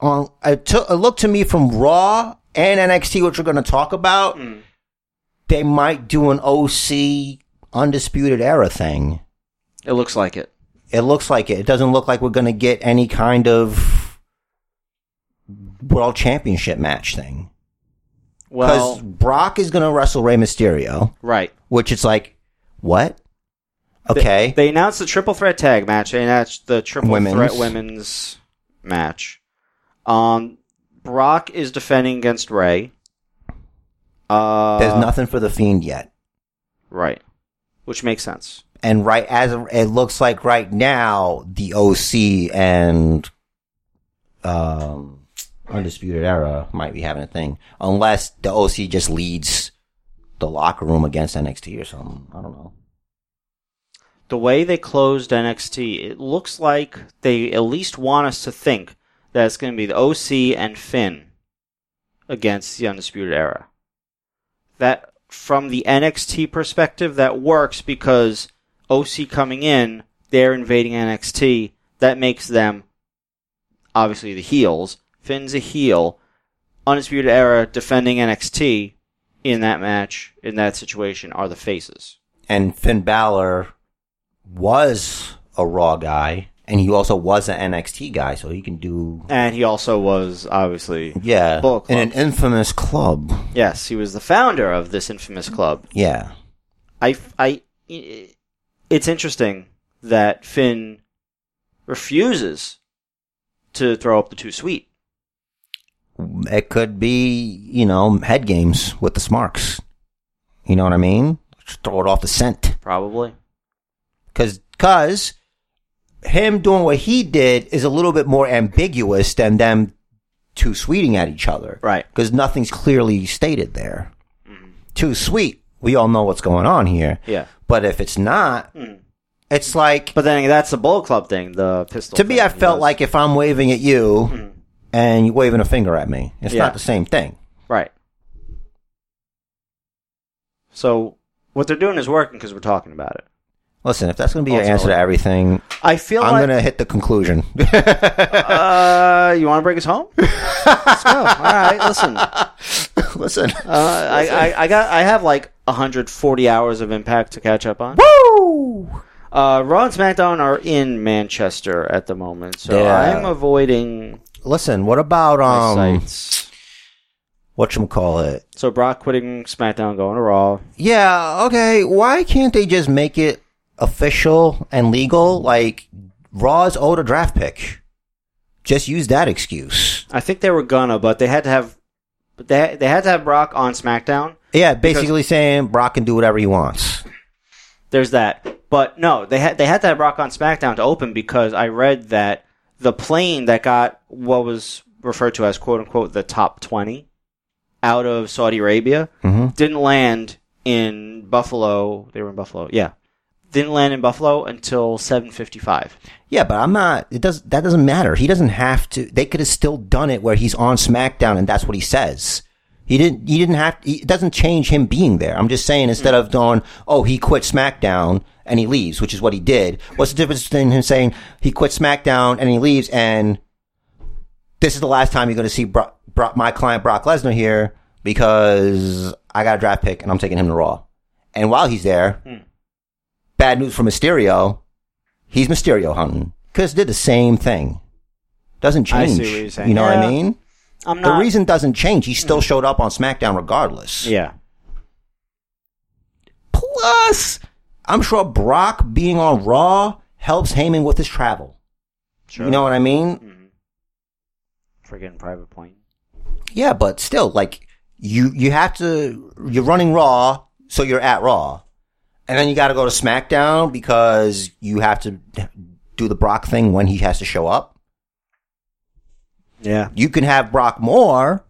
A: on it, took, it looked to me from Raw and NXT, which we're going to talk about, they might do an OC Undisputed Era thing.
C: it looks like it.
A: It looks like it. It doesn't look like we're going to get any kind of world championship match thing. Because
C: Well,
A: Brock is going to wrestle Rey Mysterio,
C: right.
A: which it's like, what?
C: They-
A: Okay.
C: They, announced the triple threat tag match. They announced the triple
A: Women's.
C: threat women's match. Um, Brock is defending against Ray. Uh,
A: There's nothing for the Fiend yet.
C: right, which makes sense.
A: And right as it looks like right now, the OC and um, Undisputed Era might be having a thing, unless the OC just leads the locker room against NXT or something. I don't know.
C: the way they closed NXT, it looks like they at least want us to think that it's going to be the OC and Finn against the Undisputed Era. That, from the NXT perspective, that works because OC coming in, they're invading NXT. That makes them obviously the heels. Finn's a heel. Undisputed Era defending NXT in that match, in that situation, are the faces.
A: And Finn Balor was a Raw guy, and he also was an NXT guy, so he can do
C: And he also was obviously
A: yeah
C: Bullet Club.
A: in an infamous club.
C: yes, he was the founder of this infamous club.
A: Yeah,
C: I I it's interesting that Finn refuses to throw up the two sweet.
A: it could be you know head games with the Smarks. You know what I mean? Just throw it off the scent,
C: Probably.
A: because because him doing what he did is a little bit more ambiguous than them two sweeting at each other.
C: Right.
A: because nothing's clearly stated there. Too sweet. We all know what's going on here.
C: Yeah. Hmm.
A: But if it's not, it's like
C: But then that's the Bull Club thing, the pistol.
A: to me.
C: thing Hmm.
A: I felt
C: was-
A: like if I'm waving at you and you're waving a finger at me, it's
C: Yeah.
A: not the same thing.
C: right. So what they're doing is working because we're talking about it.
A: Listen, if that's going to be your
C: Also-
A: answer to everything,
C: I feel
A: I'm
C: like
A: going to hit the conclusion.
C: uh, you want to bring us home? Let's go. All right, listen.
A: Listen,
C: Uh, I, I, I got I have like 140 hours of impact to catch up on.
A: woo!
C: Uh, Raw and SmackDown are in Manchester at the moment, so
A: Yeah.
C: I'm avoiding
A: Listen, what about
C: my
A: um,
C: sites.
A: what you call it?
C: So Brock quitting SmackDown, going to Raw.
A: Yeah, okay. Why can't they just make it official and legal? Like Raw's owed a draft pick. Just use that excuse.
C: I think they were gonna, but they had to have, but they they had to have Brock on SmackDown.
A: Yeah, basically saying Brock can do whatever he wants.
C: There's that, but no, they had they had to have Brock on SmackDown to open because I read that the plane that got what was referred to as quote unquote the top 20 out of Saudi Arabia
A: hmm
C: didn't land in Buffalo. They were in Buffalo. Yeah. Didn't land in Buffalo until 7:55.
A: Yeah, but I'm not. It does. That doesn't matter. He doesn't have to. They could have still done it where he's on SmackDown and that's what he says. He didn't. He didn't have. He, it doesn't change him being there. I'm just saying instead of going, oh, he quit SmackDown and he leaves, which is what he did. What's the difference between him saying he quit SmackDown and he leaves and this is the last time you're going to see Brock, Brock, my client Brock Lesnar here? because I got a draft pick and I'm taking him to Raw. And while he's there, bad news for Mysterio. He's Mysterio hunting. Chris did the same thing. Doesn't
C: I
A: change.
C: see what you're saying.
A: You know what
C: Yeah.
A: I mean?
C: I'm
A: The reason doesn't change. He still showed up on SmackDown regardless.
C: Yeah.
A: Plus, I'm sure Brock being on Raw helps Heyman with his travel.
C: Sure.
A: You know what I mean?
C: Friggin' Mm-hmm. private plane.
A: Yeah, but still, like you, you have to. You're running Raw, so you're at Raw, and then you got to go to SmackDown because you have to do the Brock thing when he has to show up.
C: Yeah.
A: You can have Brock more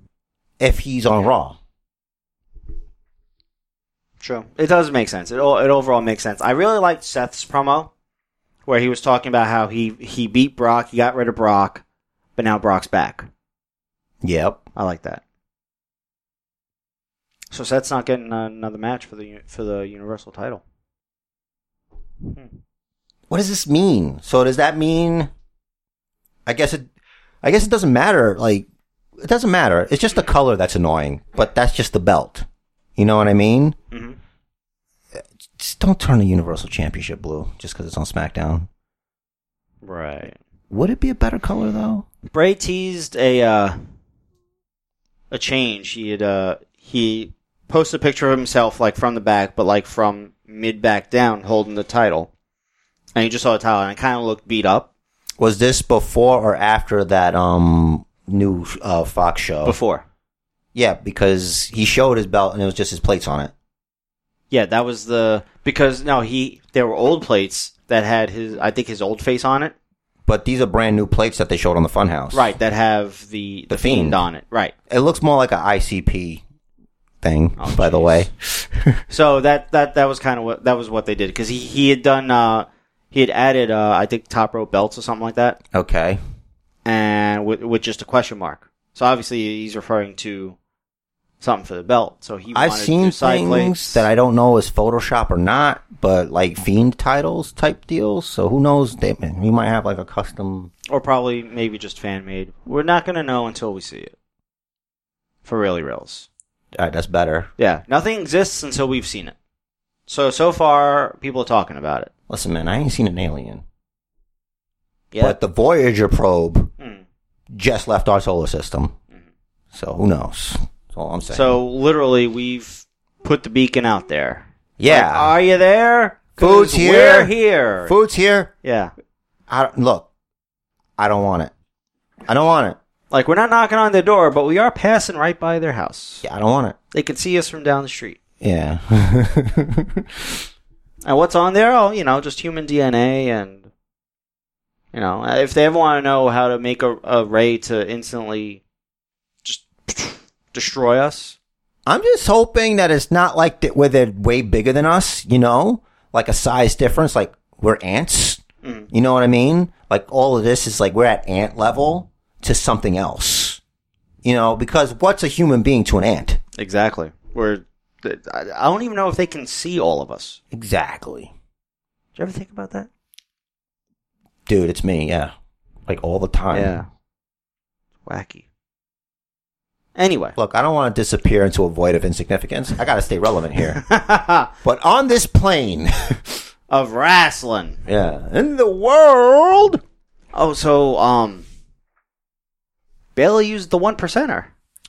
A: if he's on Raw.
C: True. It does make sense. It all, it overall makes sense. I really liked Seth's promo where he was talking about how he he beat Brock, he got rid of Brock, but now Brock's back.
A: Yep.
C: I like that. So Seth's not getting uh, another match for the for the Universal title.
A: Hmm. What does this mean? So does that mean? I guess it. I guess it doesn't matter. Like it doesn't matter. It's just the color that's annoying, but that's just the belt. You know what I mean?
C: hmm
A: Just don't turn the Universal Championship blue just because it's on SmackDown.
C: Right.
A: Would it be a better color though?
C: Bray teased a uh, a change. He had uh, he posted a picture of himself like from the back, but like from mid back down, holding the title. And you just saw the title, and it kind of looked beat up
A: Was this before or after that um new uh, Fox show?
C: before.
A: Yeah, because he showed his belt and it was just his plates on it.
C: Yeah, that was the because no, he there were old plates that had his I think his old face on it.
A: But these are brand new plates that they showed on the Funhouse.
C: Right, that have the the,
A: The
C: fiend.
A: Fiend.
C: on it. Right.
A: It looks more like a ICP thing,
C: Oh,
A: by the
C: jeez.
A: way.
C: So that that that was kind of what that was what they did because he he had done uh he had added uh I think top rope belts or something like that
A: Okay.
C: and with with just a question mark. So obviously he's referring to something for the belt. So he
A: I've
C: wanted to
A: seen
C: do side
A: things
C: plates.
A: that I don't know is Photoshop or not, but like fiend titles type deals. So who knows? They, he might have like a custom.
C: or probably maybe just fan made. We're not gonna know until we see it. For really reals.
A: All right, that's better.
C: Yeah, nothing exists until we've seen it. So so far, people are talking about it.
A: Listen, man, I ain't seen an alien,
C: Yeah,
A: but the Voyager probe
C: Hmm.
A: just left our solar system. So who knows? That's all I'm saying.
C: Mm-hmm. so literally, we've put the beacon out there.
A: yeah,
C: Like, are you there? 'Cause
A: Food's here.
C: We're here.
A: food's here.
C: Yeah.
A: I don't- look. I don't want it. I don't want it.
C: Like we're not knocking on their door, but we are passing right by their house.
A: Yeah, I don't want it.
C: They can see us from down the street.
A: Yeah.
C: And what's on there? Oh, you know, just human DNA and you know, uh, if they ever want to know how to make a, a ray to instantly just destroy us.
A: I'm just hoping that it's not like that where they're way bigger than us. You know, like a size difference. Like we're ants.
C: Mm.
A: You know what I mean? Like all of this is like we're at ant level to something else. You know, because what's a human being to an ant?
C: Exactly. We're I I don't even know if they can see all of us.
A: Exactly.
C: Did you ever think about that?
A: Dude, it's me, yeah. Like all the time.
C: yeah. Wacky. Anyway.
A: Look, I don't want to disappear into a void of insignificance. I got to stay relevant here.
C: of
A: but on this plane,
C: wrestling.
A: yeah, in the world,
C: Oh, so um Bailey used the one percenter.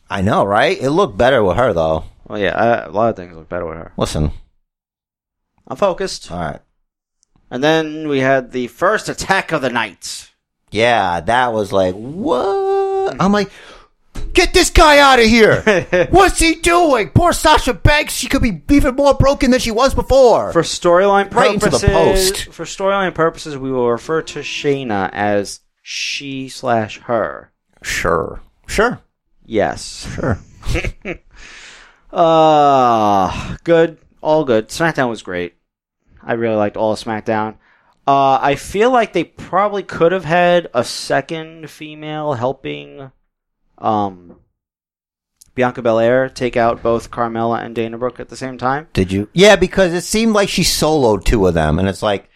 A: I know, right? It looked better with her though.
C: Well, yeah, uh, a lot of things look better with her.
A: Listen,
C: I'm focused.
A: all right.
C: And then we had the first attack of the night.
A: Yeah, that was like, what? I'm like, get this guy out of here. What's he doing? Poor Sasha Banks. She could be even more broken than she was before.
C: For storyline
A: Right into the
C: purposes,
A: post.
C: for storyline purposes, we will refer to Shayna as she slash her.
A: sure. Sure.
C: Yes.
A: Sure.
C: Uh good. All good. SmackDown was great. I really liked all of SmackDown. Uh, I feel like they probably could have had a second female helping um, Bianca Belair take out both Carmella and Dana Brooke at the same time.
A: Did you? Yeah, because it seemed like she soloed two of them, and it's like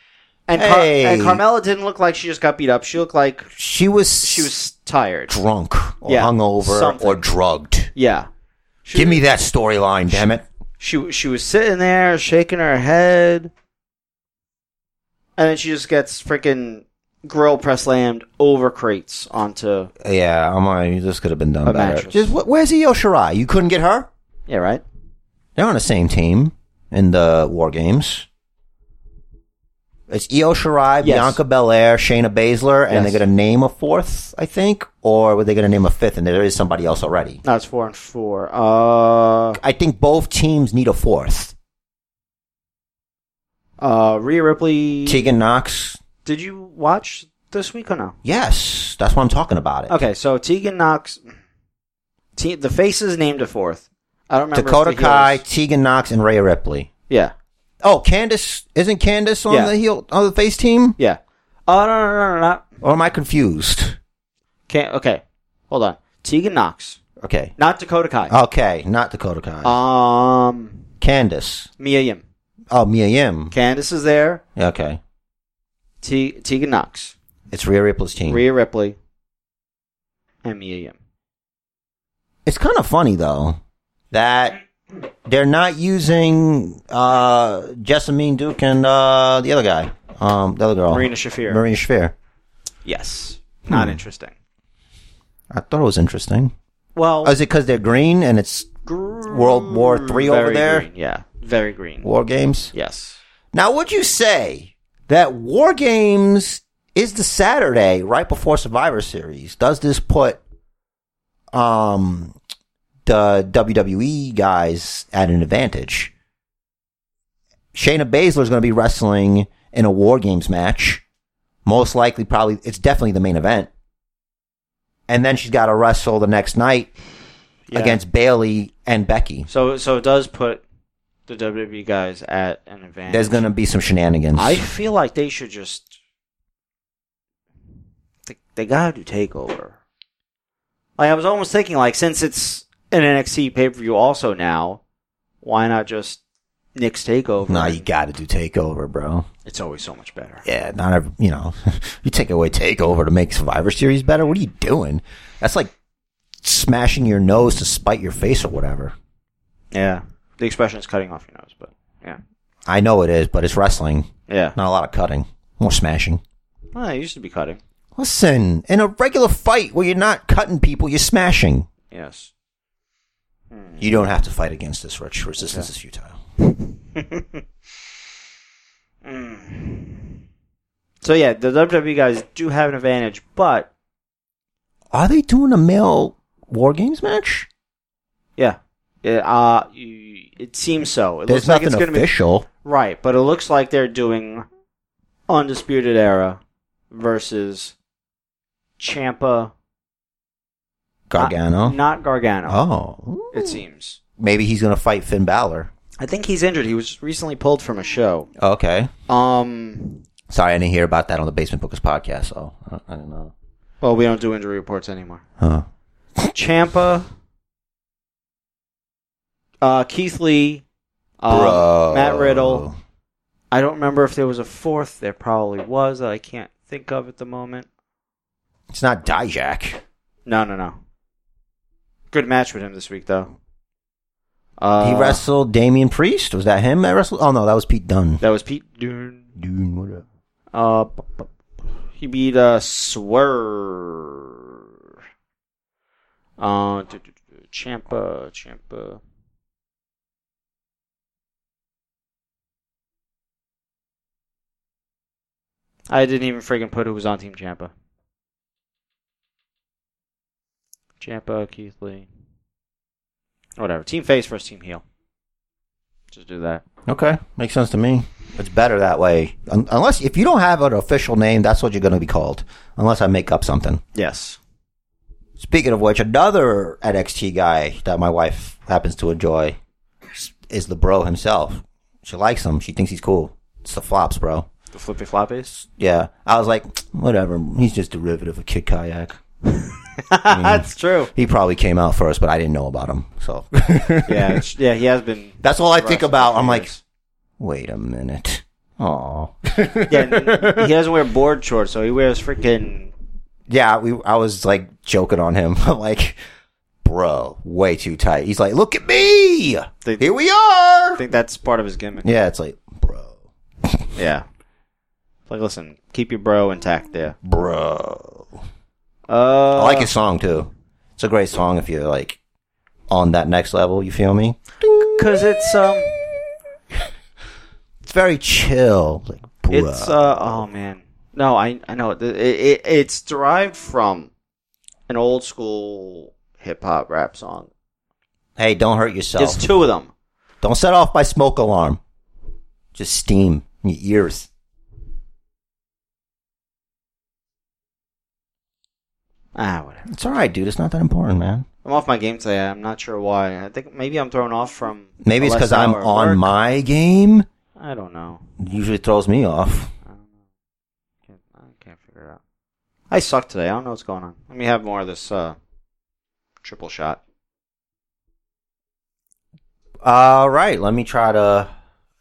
C: And, Car-
A: Hey.
C: and Carmella didn't look like she just got beat up. She looked like
A: she was
C: she was tired.
A: drunk or
C: Yeah,
A: hungover
C: something.
A: or drugged.
C: Yeah. She,
A: Give me that storyline, damn it.
C: She she was sitting there shaking her head, and then she just gets freaking grill press slammed over crates onto
A: Yeah, I'm on. This could have been done
C: A
A: better.
C: mattress.
A: Just wh- where's Io Shirai? You couldn't get her.
C: yeah right.
A: They're on the same team in the War Games. It's Io Shirai,
C: Yes.
A: Bianca Belair, Shayna Baszler, and
C: Yes.
A: they're going to name a fourth, I think, or were they going to name a fifth? And there is somebody else already.
C: That's four and four. Uh,
A: I think both teams need a fourth.
C: uh, Rhea Ripley.
A: Tegan Knox,
C: Did you watch this week or no?
A: yes, that's what I'm talking about. It
C: Okay, so Tegan Knox. Te- the faces named a fourth. I don't remember. if
A: Dakota
C: the
A: Kai,
C: heels-
A: Tegan Knox, and Rhea Ripley.
C: Yeah,
A: Oh, Candice isn't Candice on
C: Yeah.
A: the heel on the face team,
C: yeah. Oh no no no no no.
A: or am I confused?
C: Can't. Okay, hold on. Tegan Knox,
A: Okay,
C: not Dakota Kai.
A: okay, not Dakota Kai,
C: Uh, Um,
A: Candice.
C: Mia Yim.
A: Oh, Mia Yim.
C: Candice is there.
A: Okay.
C: T- Tegan Knox,
A: It's Rhea Ripley's team.
C: Rhea Ripley, E and Mia Yim.
A: It's kind of funny though that they're not using uh Jessamine Duke and uh the other guy, um the other girl,
C: Marina Shafir.
A: Marina Shafir.
C: yes, not
A: Hmm.
C: interesting.
A: I thought it was interesting.
C: Well,
A: Oh, is it because they're green and it's
C: gr-
A: World War Three over
C: very
A: there?
C: green, Yeah, very green.
A: war games?
C: Yes.
A: Now, would you say that war games is the Saturday right before Survivor Series? Does this put um the WWE guys at an advantage? Shayna Baszler is going to be wrestling in a War Games match. Most likely, probably, it's definitely the main event. And then she's got to wrestle the next night
C: Yeah.
A: against Bailey and Becky.
C: So so it does put the WWE guys at an advantage.
A: There's going to be some shenanigans.
C: I feel like they should just. They, they gotta do takeover. Like I was almost thinking, like since it's an NXT pay per view also now, why not just Nick's takeover?
A: nah, you got to do takeover, bro.
C: it's always so much better.
A: yeah, not every, you know, you take away Takeover to make Survivor Series better. What are you doing? That's like smashing your nose to spite your face or whatever.
C: Yeah, the expression is cutting off your nose, but yeah,
A: I know it is, but it's wrestling.
C: yeah.
A: Not a lot of cutting, more smashing.
C: Well, it used to be cutting.
A: Listen, in a regular fight where you're not cutting people, you're smashing.
C: Yes. Hmm.
A: You don't have to fight against this, Rich. Resistance is futile.
C: Hmm. So yeah, the WWE guys do have an advantage, but
A: Are they doing a male War Games match?
C: yeah, it, uh, you- it seems so. It
A: There's
C: looks like
A: nothing
C: it's gonna be
A: official.
C: Right, but it looks like they're doing Undisputed Era versus Champa
A: Gargano.
C: Uh, Not, not Gargano.
A: oh.
C: It seems.
A: Maybe he's going to fight Finn Balor.
C: I think he's injured. He was recently pulled from a show.
A: Okay.
C: Um
A: Sorry, I didn't hear about that on the Basement Bookers podcast. So I, I don't know.
C: well, we don't do injury reports anymore.
A: Huh.
C: Champa uh Keith Lee uh, Matt Riddle. I don't remember if there was a fourth. There probably was that I can't think of at the moment.
A: It's not Dijak.
C: No, no, no. Good match with him this week, though. Uh,
A: he wrestled Damian Priest. Was that him that wrestled? Oh no, that was Pete Dunne.
C: That was Pete Dune.
A: Dude, what up?
C: Uh, bu- bu- he beat uh, Swerve. Uh, du- du- du- du- Champa, Champa. I didn't even friggin' put who was on Team Champa. Champa, Keith Lee. Whatever. Team face versus team heel. Just do that.
A: Okay, makes sense to me. It's better that way. Un- unless if you don't have an official name, that's what you're going to be called. Unless I make up something.
C: Yes.
A: Speaking of which, another NXT guy that my wife happens to enjoy is the bro himself. She likes him. She thinks he's cool. It's the flops, bro.
C: The flippy floppies.
A: Yeah, I was like, whatever. He's just derivative of Kid Kayak.
C: That's true.
A: He probably came out first, but I didn't know about him. So
C: yeah, it's- yeah, he has been.
A: that's all I think about. I'm like,
C: Yes.
A: wait a minute. Oh,
C: yeah, n- he doesn't wear board shorts, so he wears freaking.
A: yeah. We I was like joking on him. I'm like, bro, way too tight. He's like, look at me.
C: They-
A: Here we are.
C: I think that's part of his gimmick.
A: yeah, it's like, bro,
C: Yeah. Like, listen, keep your bro intact there.
A: bro.
C: Uh,
A: I like his song too. It's a great song if you're like on that next level. You feel me?
C: because it's um,
A: It's very chill. Like, bro.
C: it's uh, oh man, no, I I know it, it, it it's derived from an old school hip hop rap song.
A: hey, don't hurt yourself.
C: There's two of them.
A: don't set off my smoke alarm. Just steam in your ears.
C: Ah, whatever.
A: It's all right, dude. It's not that important, man.
C: I'm off my game today. I'm not sure why. I think maybe I'm thrown off from.
A: Maybe
C: the
A: it's
C: last
A: because I'm
C: hour at
A: on
C: work.
A: my game.
C: I don't know.
A: Usually throws me off.
C: I don't know. Can't, I can't figure it out. I suck today. I don't know what's going on. Let me have more of this uh, triple shot.
A: All right, let me try to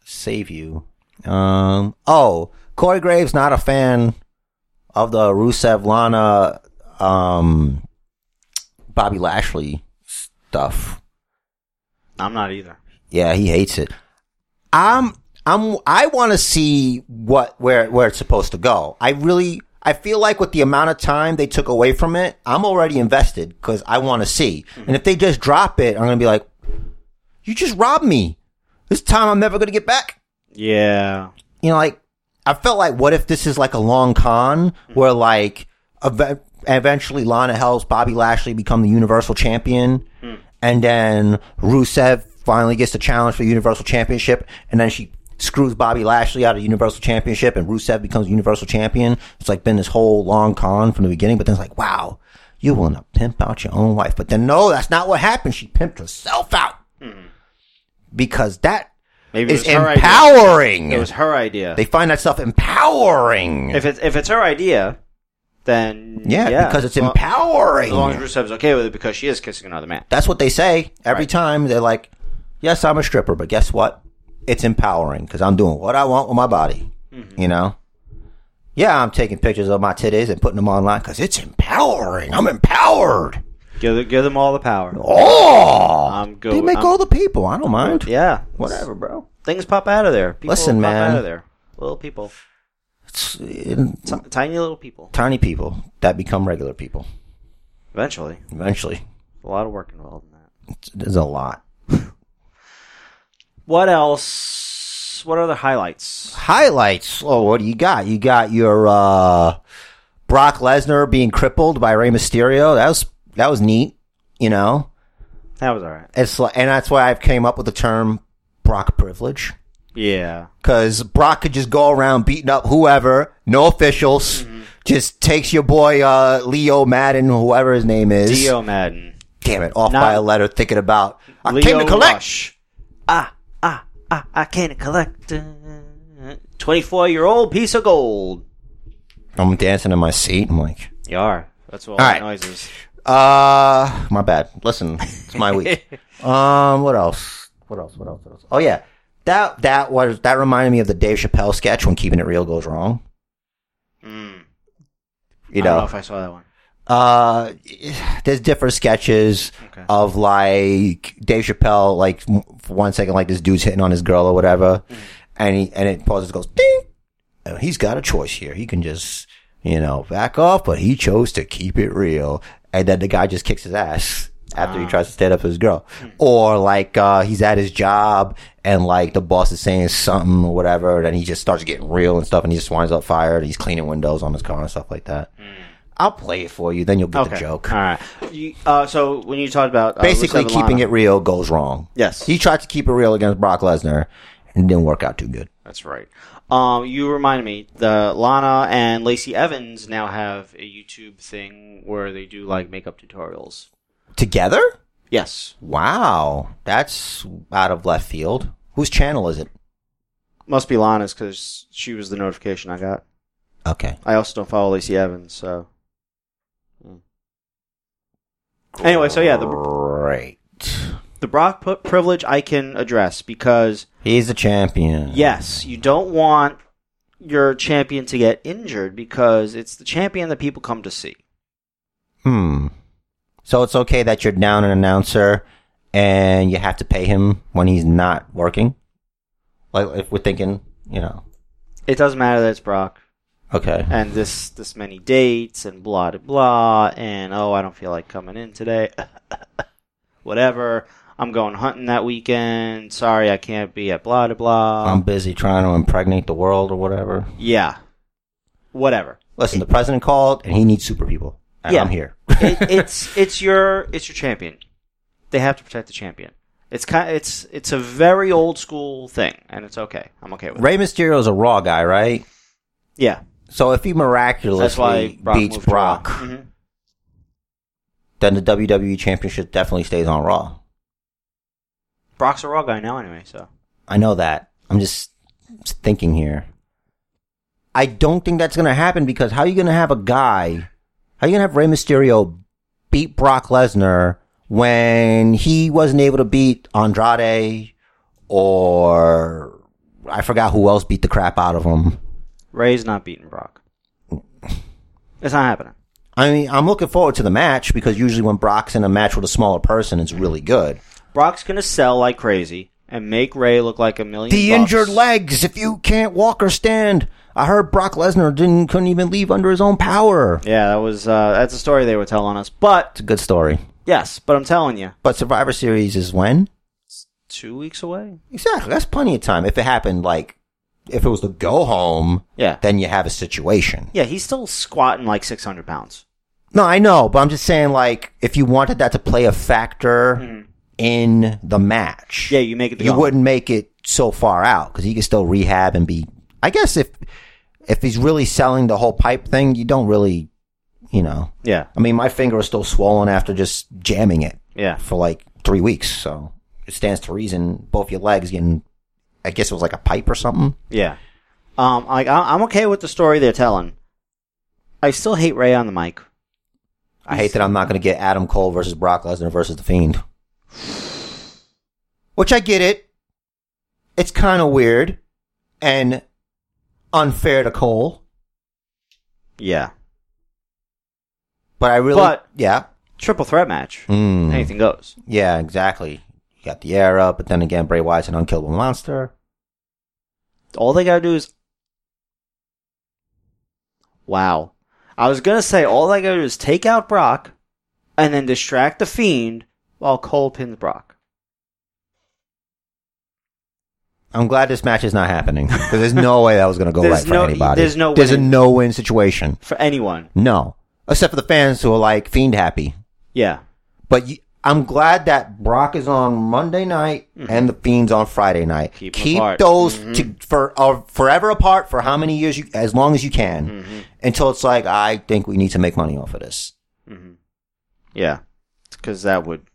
A: save you. Um. Oh, Corey Graves not a fan of the Rusev Lana, um, Bobby Lashley stuff.
C: I'm not either.
A: Yeah, he hates it. I'm I'm I want to see what where where it's supposed to go. I really I feel like with the amount of time they took away from it, I'm already invested because I want to see. And if they just drop it, I'm gonna be like, "You just robbed me. This time I'm never gonna get back."
C: Yeah.
A: You know, like I felt like, what if this is like a long con where like ev- eventually Lana helps Bobby Lashley become the Universal Champion, and then Rusev finally gets the challenge for the Universal Championship, and then she screws Bobby Lashley out of the Universal Championship, and Rusev becomes Universal Champion. It's like been this whole long con from the beginning, but then it's like, wow, you're willing to pimp out your own wife, but then no, that's not what happened. She pimped herself out because that
C: Mm-hmm. Maybe
A: is
C: it was her
A: empowering.
C: idea. It was her idea.
A: They find that stuff empowering.
C: if it's if it's her idea, then
A: yeah, because it's
C: As long-
A: empowering.
C: As long as Rusev's okay with it, because she is kissing another man.
A: That's what they say every
C: Right.
A: time. They're like, "Yes, I'm a stripper, but guess what? It's empowering because I'm doing what I want with my body."
C: Mm-hmm.
A: You know? Yeah, I'm taking pictures of my titties and putting them online because it's empowering. I'm empowered.
C: Give the- give them all the power.
A: Oh,
C: I'm good-
A: They make
C: I'm-
A: all the people. I don't mind.
C: Yeah,
A: Whatever, bro.
C: Things pop out of there. People
A: Listen,
C: pop
A: man.
C: out of there. Little people,
A: It's, it's
C: T- tiny little people.
A: tiny people that become regular people
C: Eventually,
A: eventually.
C: a lot of work involved in that.
A: It's- There's a lot.
C: What else? What other highlights?
A: highlights. Oh, what do you got? You got your uh, Brock Lesnar being crippled by Rey Mysterio. That was that was neat. You know,
C: That was all right.
A: it's like, and that's why I've came up with the term Brock privilege
C: Yeah,
A: because Brock could just go around beating up whoever, no officials,
C: Mm-hmm.
A: just takes your boy uh, Leo Madden, whoever his name is.
C: Dio Madden.
A: Damn it, off
C: Not-
A: by a letter. Thinking about I
C: Leo
A: came to collect.
C: Rush. Ah, ah, ah, I came to collect. 24 year old piece of gold.
A: I'm dancing in my seat. I'm like,
C: You are. That's what all,
A: All right.
C: that noise is.
A: Uh, my bad. Listen, it's my week. um, what else? What else? What else? What else? Oh yeah, that that was that reminded me of the Dave Chappelle sketch when Keeping It Real goes wrong.
C: Mm.
A: You
C: I don't know
A: know,
C: if I saw that one.
A: uh, there's different sketches
C: Okay.
A: of like Dave Chappelle, like m- for one second, like this dude's hitting on his girl or whatever,
C: Mm.
A: and he and it pauses, goes ding. And Uh, he's got a choice here. He can just you know back off, but he chose to keep it real, and then the guy just kicks his ass after
C: Ah.
A: he tries to stand up for his girl,
C: Hmm.
A: or like uh, he's at his job and like the boss is saying something or whatever, and then he just starts getting real and stuff, and he just winds up fired. And he's cleaning windows on his car and stuff like that. I'll play it for you, then you'll get the joke
C: Hmm. All right. You, uh, so when you talked about uh,
A: basically
C: Rusev
A: keeping
C: Lana-
A: it real goes wrong.
C: Yes.
A: He tried to keep it real against Brock Lesnar and it didn't work out too good.
C: That's right. Um, you reminded me. The Lana and Lacey Evans now have a YouTube thing where they do like makeup tutorials.
A: Together?
C: Yes,
A: Wow. That's out of left field. Whose channel is it?
C: must be Lana's because she was the notification I got.
A: Okay.
C: I also don't follow Lacey Evans, so. hmm. Anyway, so yeah, the
A: Great.
C: the Brock put privilege I can address because
A: He's the champion.
C: yes, you don't want your champion to get injured because it's the champion that people come to see.
A: Hmm. So it's okay that you're down an announcer and you have to pay him when he's not working. Like if we're thinking, you know,
C: It doesn't matter that it's Brock
A: okay,
C: and this this many dates and blah blah blah and oh I don't feel like coming in today. Whatever. I'm going hunting that weekend. Sorry, I can't be at blah blah blah.
A: I'm busy trying to impregnate the world or whatever.
C: yeah. Whatever.
A: Listen, the president called and he needs super people. And
C: Yeah.
A: I'm here.
C: it, it's it's your it's your champion. They have to protect the champion. It's kind it's it's a very old school thing, and it's okay. I'm okay with it.
A: Ray Mysterio is a Raw guy, right?
C: Yeah,
A: So if he miraculously
C: that's why Brock
A: beats
C: moved to Raw.
A: Brock,
C: Mhm.
A: then the WWE Championship definitely stays on Raw.
C: Brock's a Raw guy now, anyway. So
A: I know that. I'm just thinking here. I don't think that's going to happen because how are you going to have a guy? How are you going to have Rey Mysterio beat Brock Lesnar when he wasn't able to beat Andrade or I forgot who else beat the crap out of him?
C: Ray's not beating Brock. It's not happening.
A: I mean, I'm looking forward to the match because usually when Brock's in a match with a smaller person, it's really good.
C: Brock's gonna sell like crazy and make Ray look like a million.
A: The
C: bucks.
A: injured legs, if you can't walk or stand. I heard Brock Lesnar didn't couldn't even leave under his own power.
C: Yeah, that was uh, that's a story they were telling us. But
A: It's a good story.
C: yes, but I'm telling you,
A: But Survivor Series is when?
C: two weeks away.
A: Exactly. That's plenty of time. If it happened, like, if it was the go home,
C: Yeah,
A: then you have a situation.
C: yeah, he's still squatting like 600 pounds.
A: No, I know, but I'm just saying, like, if you wanted that to play a factor in the match,
C: Yeah, you make it. The
A: you
C: gauntlet.
A: wouldn't make it so far out because he could still rehab and be. I guess if if he's really selling the whole pipe thing, you don't really, you know.
C: Yeah,
A: I mean, my finger is still swollen after just jamming it.
C: yeah.
A: for like three weeks. So it stands to reason both your legs getting, I guess it was like a pipe or something.
C: Yeah. Um, like I, I'm okay with the story they're telling. I still hate Ray on the mic.
A: I hate that I'm not going to get Adam Cole versus Brock Lesnar versus The Fiend. Which I get it. It's kind of weird and unfair to Cole,
C: Yeah.
A: but I really,
C: But-
A: yeah.
C: Triple threat match.
A: Mm.
C: Anything goes.
A: Yeah, exactly. You got the era, but then again, Bray Wyatt's an unkillable monster.
C: All they gotta do is. Wow. I was gonna say all they gotta do is take out Brock, and then distract the Fiend while Cole pins Brock.
A: I'm glad this match is not happening because there's no way that was going to go
C: There's
A: right for
C: no-
A: anybody.
C: there's no
A: there's a
C: winning.
A: no-win situation.
C: For anyone.
A: No, except for the fans who are like fiend happy.
C: Yeah.
A: But you, I'm glad that Brock is on Monday night and the Fiend's on Friday night.
C: Mm-hmm. Keep 'em apart. Mm-hmm.
A: those to, for are forever apart for how many years you, as long as you can,
C: Mm-hmm.
A: until it's like I think we need to make money off of this.
C: Mm-hmm. Yeah, because that would.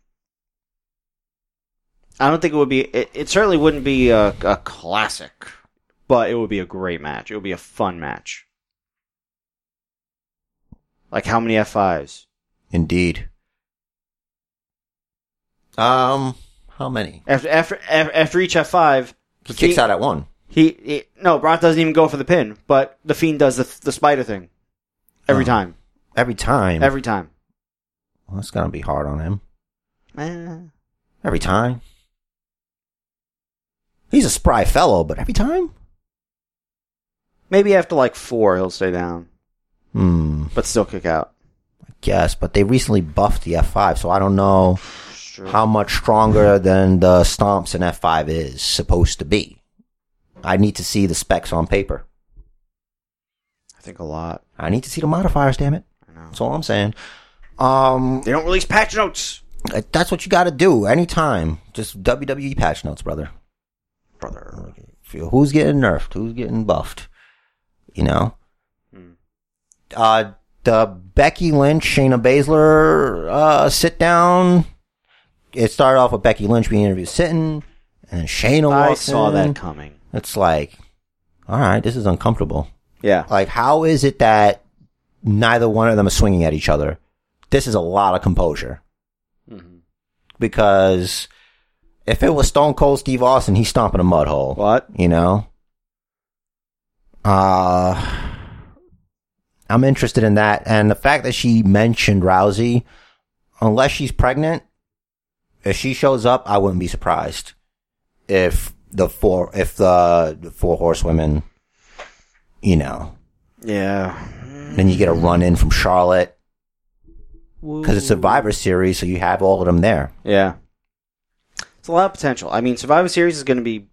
C: I don't think it would be. It, it certainly wouldn't be a, a classic, but it would be a great match. It would be a fun match. Like how many F fives?
A: Indeed. Um, how many?
C: After after af- after each F five,
A: He kicks out at one.
C: He, he no, Brock doesn't even go for the pin, but the fiend does the the spider thing every
A: Oh.
C: time.
A: Every time.
C: Every time.
A: well, it's gonna be hard on him.
C: Eh,
A: Every time. He's a spry fellow, but every time?
C: maybe after like four, he'll stay down,
A: Hmm.
C: but still kick out.
A: Yes, but they recently buffed the F5, so I don't know
C: Sure.
A: how much stronger than the stomps in F5 is supposed to be. I need to see the specs on paper.
C: I think a lot.
A: I need to see the modifiers, damn it. That's all I'm saying. Um,
C: They don't release patch notes.
A: that's what you got to do anytime. Just WWE patch notes, brother.
C: brother.
A: Who's getting nerfed? Who's getting buffed? You know. Uh, the Becky Lynch Shayna Baszler uh, sit down. It started off with Becky Lynch being interviewed sitting, and then Shayna.
C: I
A: walks
C: saw
A: in.
C: that coming.
A: It's like, all right, this is uncomfortable.
C: Yeah.
A: Like, how is it that neither one of them is swinging at each other? This is a lot of composure. Because if it was Stone Cold Steve Austin, he's stomping a mud hole.
C: What?
A: You know? Uh, I'm interested in that. And the fact that she mentioned Rousey, unless she's pregnant, if she shows up, I wouldn't be surprised if the four if the, the four horsewomen, you know,
C: Yeah.
A: then you get a run in from Charlotte because it's Survivor Series, so you have all of them there.
C: Yeah. It's a lot of potential. I mean, Survivor Series is going to be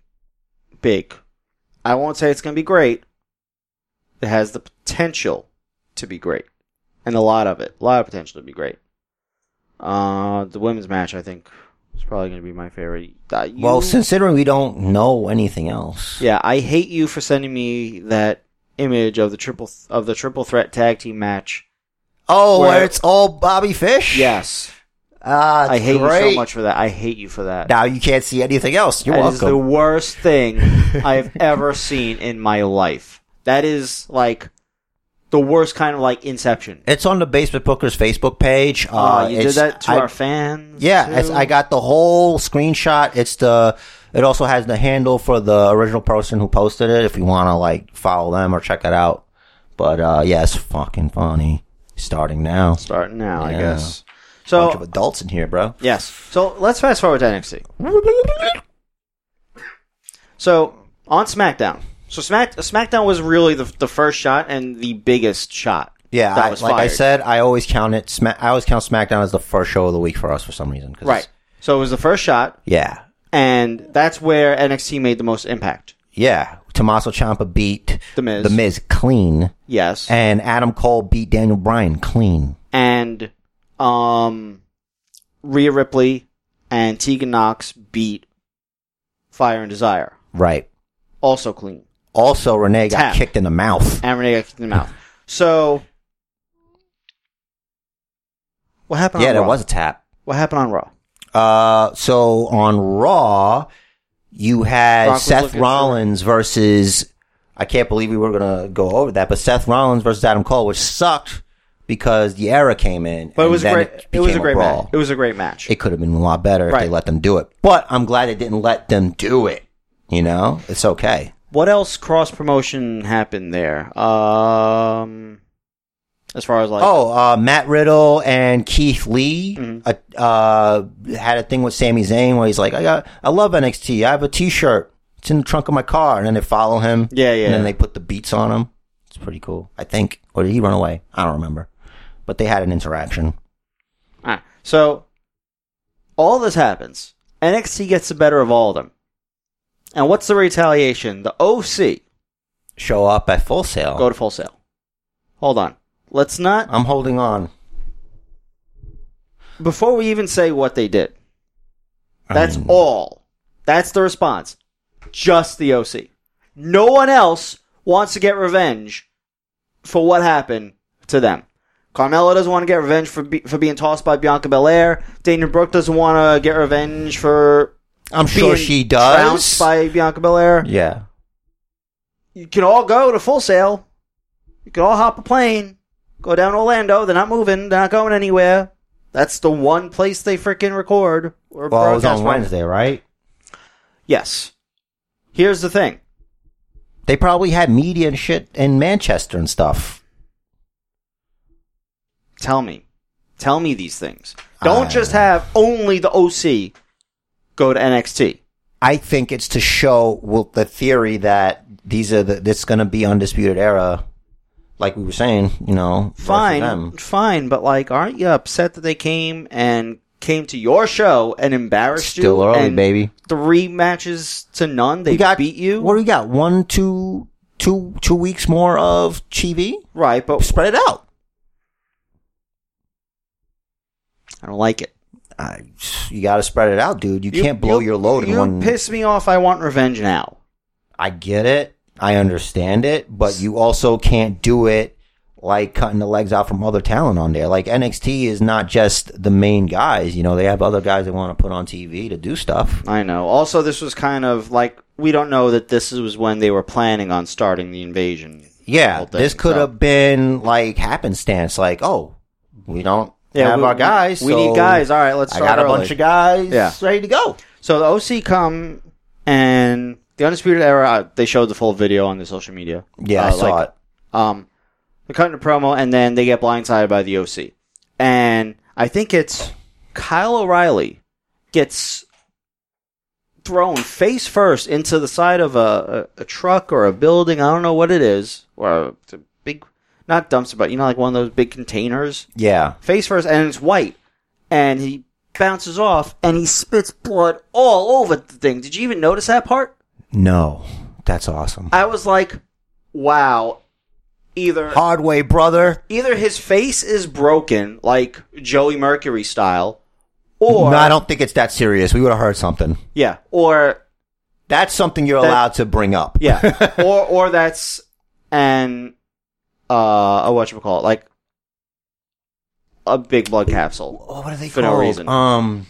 C: big. I won't say it's going to be great. It has the potential to be great. And a lot of it. A lot of potential to be great. Uh, the women's match, I think, is probably going to be my favorite. Uh, you-
A: Well, considering we don't know anything else,
C: Yeah, I hate you for sending me that image of the triple th- of the triple threat tag team match.
A: oh, where,
C: Where-
A: it's all Bobby Fish.
C: Yes.
A: ah,
C: I
A: it's
C: hate you
A: great.
C: so much for that. I hate you for that.
A: Now you can't see anything else. You're
C: That
A: welcome.
C: is the worst thing I've ever seen in my life. That is like the worst kind of like inception.
A: It's on the Basement Booker's Facebook page.
C: Uh, you did
A: it's-
C: that to
A: I-
C: our fans.
A: Yeah,
C: too?
A: it's, I got the whole screenshot. It's the. It also has the handle for the original person who posted it. If you want to like follow them or check it out, but uh yeah, it's fucking funny. Starting now,
C: starting now, I
A: Yeah.
C: guess.
A: bunch of
C: So
A: adults in here, bro.
C: yes, so let's fast forward to NXT. So on SmackDown. So Smack SmackDown was really the the first shot and the biggest shot.
A: Yeah,
C: that
A: I, like
C: was
A: I
C: fired.
A: said, I always count it. Sma- I always count SmackDown as the first show of the week for us for some reason. 'cause
C: right.
A: it's-
C: So it was the first shot,
A: Yeah,
C: and that's where NXT made the most impact.
A: yeah. Tommaso Ciampa beat
C: The Miz.
A: The Miz clean,
C: Yes,
A: and Adam Cole beat Daniel Bryan clean.
C: and um, Rhea Ripley and Tegan Knox beat Fire and Desire,
A: Right.
C: also clean,
A: Also, Renee got
C: Tap.
A: kicked in the mouth.
C: and Renee got kicked in the mouth. So, what happened?
A: Yeah,
C: on
A: there
C: Raw?
A: was a tap.
C: What happened on Raw?
A: Uh, so on Raw, you had
C: Brock was
A: Seth
C: looking for-
A: Rollins versus. I can't believe we were gonna go over that, but Seth Rollins versus Adam Cole, which sucked because the era came in.
C: But it
A: and
C: was a
A: then
C: great. It, was
A: became
C: a great
A: brawl.
C: match. It was a great match.
A: It could have been a lot better if
C: Right.
A: they let them do it. But I'm glad they didn't let them do it. You know, it's okay.
C: what else cross promotion happened there? Um, as far as like
A: Oh, uh, Matt Riddle and Keith Lee
C: Mm-hmm.
A: uh, uh, had a thing with Sami Zayn where he's like, I got, I love NXT. I have a T-shirt. It's in the trunk of my car, and then they follow him.
C: Yeah, yeah.
A: And then they put the beats on him. It's pretty cool, I think. Or did he run away? I don't remember. But they had an interaction.
C: Alright, So all this happens. NXT gets the better of all of them. And what's the retaliation? The OC
A: Show up at Full Sail.
C: go to full sale. Hold on. Let's not
A: I'm holding on.
C: before we even say what they did.
A: I
C: That's
A: mean,
C: all. That's the response. Just the OC. No one else wants to get revenge for what happened to them. Carmella doesn't want to get revenge for be- for being tossed by Bianca Belair. Dana Brooke doesn't want to get revenge for
A: I'm sure
C: being
A: she
C: trounced
A: does.
C: by Bianca Belair.
A: yeah.
C: You can all go to Full Sail. You can all hop a plane, go down to Orlando. They're not moving. They're not going anywhere. That's the one place they freaking record or
A: Well, it was
C: broadcast
A: on
C: from.
A: Wednesday, right?
C: Yes. Here's the thing.
A: They probably had media and shit in Manchester and stuff.
C: Tell me, tell me these things. Don't
A: I-
C: just have only the OC go to NXT.
A: I think it's to show well, the theory that these are the this is going to be undisputed era, like we were saying. You know, versus
C: Fine,
A: them.
C: fine, but like, aren't you upset that they came and came to your show and embarrassed you?
A: Still early,
C: and
A: baby.
C: Three matches to none. They
A: We got
C: beat you.
A: What do we got? One, two, two, two weeks more of TV.
C: right, but
A: Spread it out.
C: I don't like it.
A: I, you got to spread it out, dude. You, can't blow
C: you-
A: your load in
C: you
A: one.
C: piss me off. I want revenge now.
A: I get it. I understand it, but you also can't do it like cutting the legs out from other talent on there. Like NXT is not just the main guys, you know, they have other guys they want to put on TV to do stuff.
C: I know. Also, this was kind of like we don't know that this was when they were planning on starting the invasion.
A: Yeah,
C: whole thing,
A: this could
C: so-
A: have been like happenstance like, oh, we don't
C: Yeah,
A: have
C: we-
A: our guys.
C: we- we
A: so
C: need guys. All right, let's
A: I
C: start
A: got a
C: early.
A: bunch of guys
C: Yeah.
A: ready to go.
C: So the OC come and the Undisputed Era. Uh, they showed the full video on their social media.
A: Yeah, I
C: Uh,
A: saw
C: like,
A: it.
C: Um, they cut into promo and then they get blindsided by the OC. And I think it's Kyle O'Reilly gets thrown face first into the side of a, a, a truck or a building. I don't know what it is, or a, it's a big, not dumpster, but you know, like one of those big containers.
A: Yeah.
C: Face first, and it's white, and he bounces off, and he spits blood all over the thing. Did you even notice that part?
A: No. That's awesome.
C: I was like, wow. Either
A: Hard way, brother.
C: either his face is broken, like Joey Mercury style, or
A: no, I don't think it's that serious. We would have heard something.
C: yeah, or
A: That's something you're
C: That-
A: allowed to bring up.
C: yeah, or or that's an uh, a what you call it, like a big blood capsule.
A: Oh, what are they
C: For no
A: called?
C: reason.
A: Um.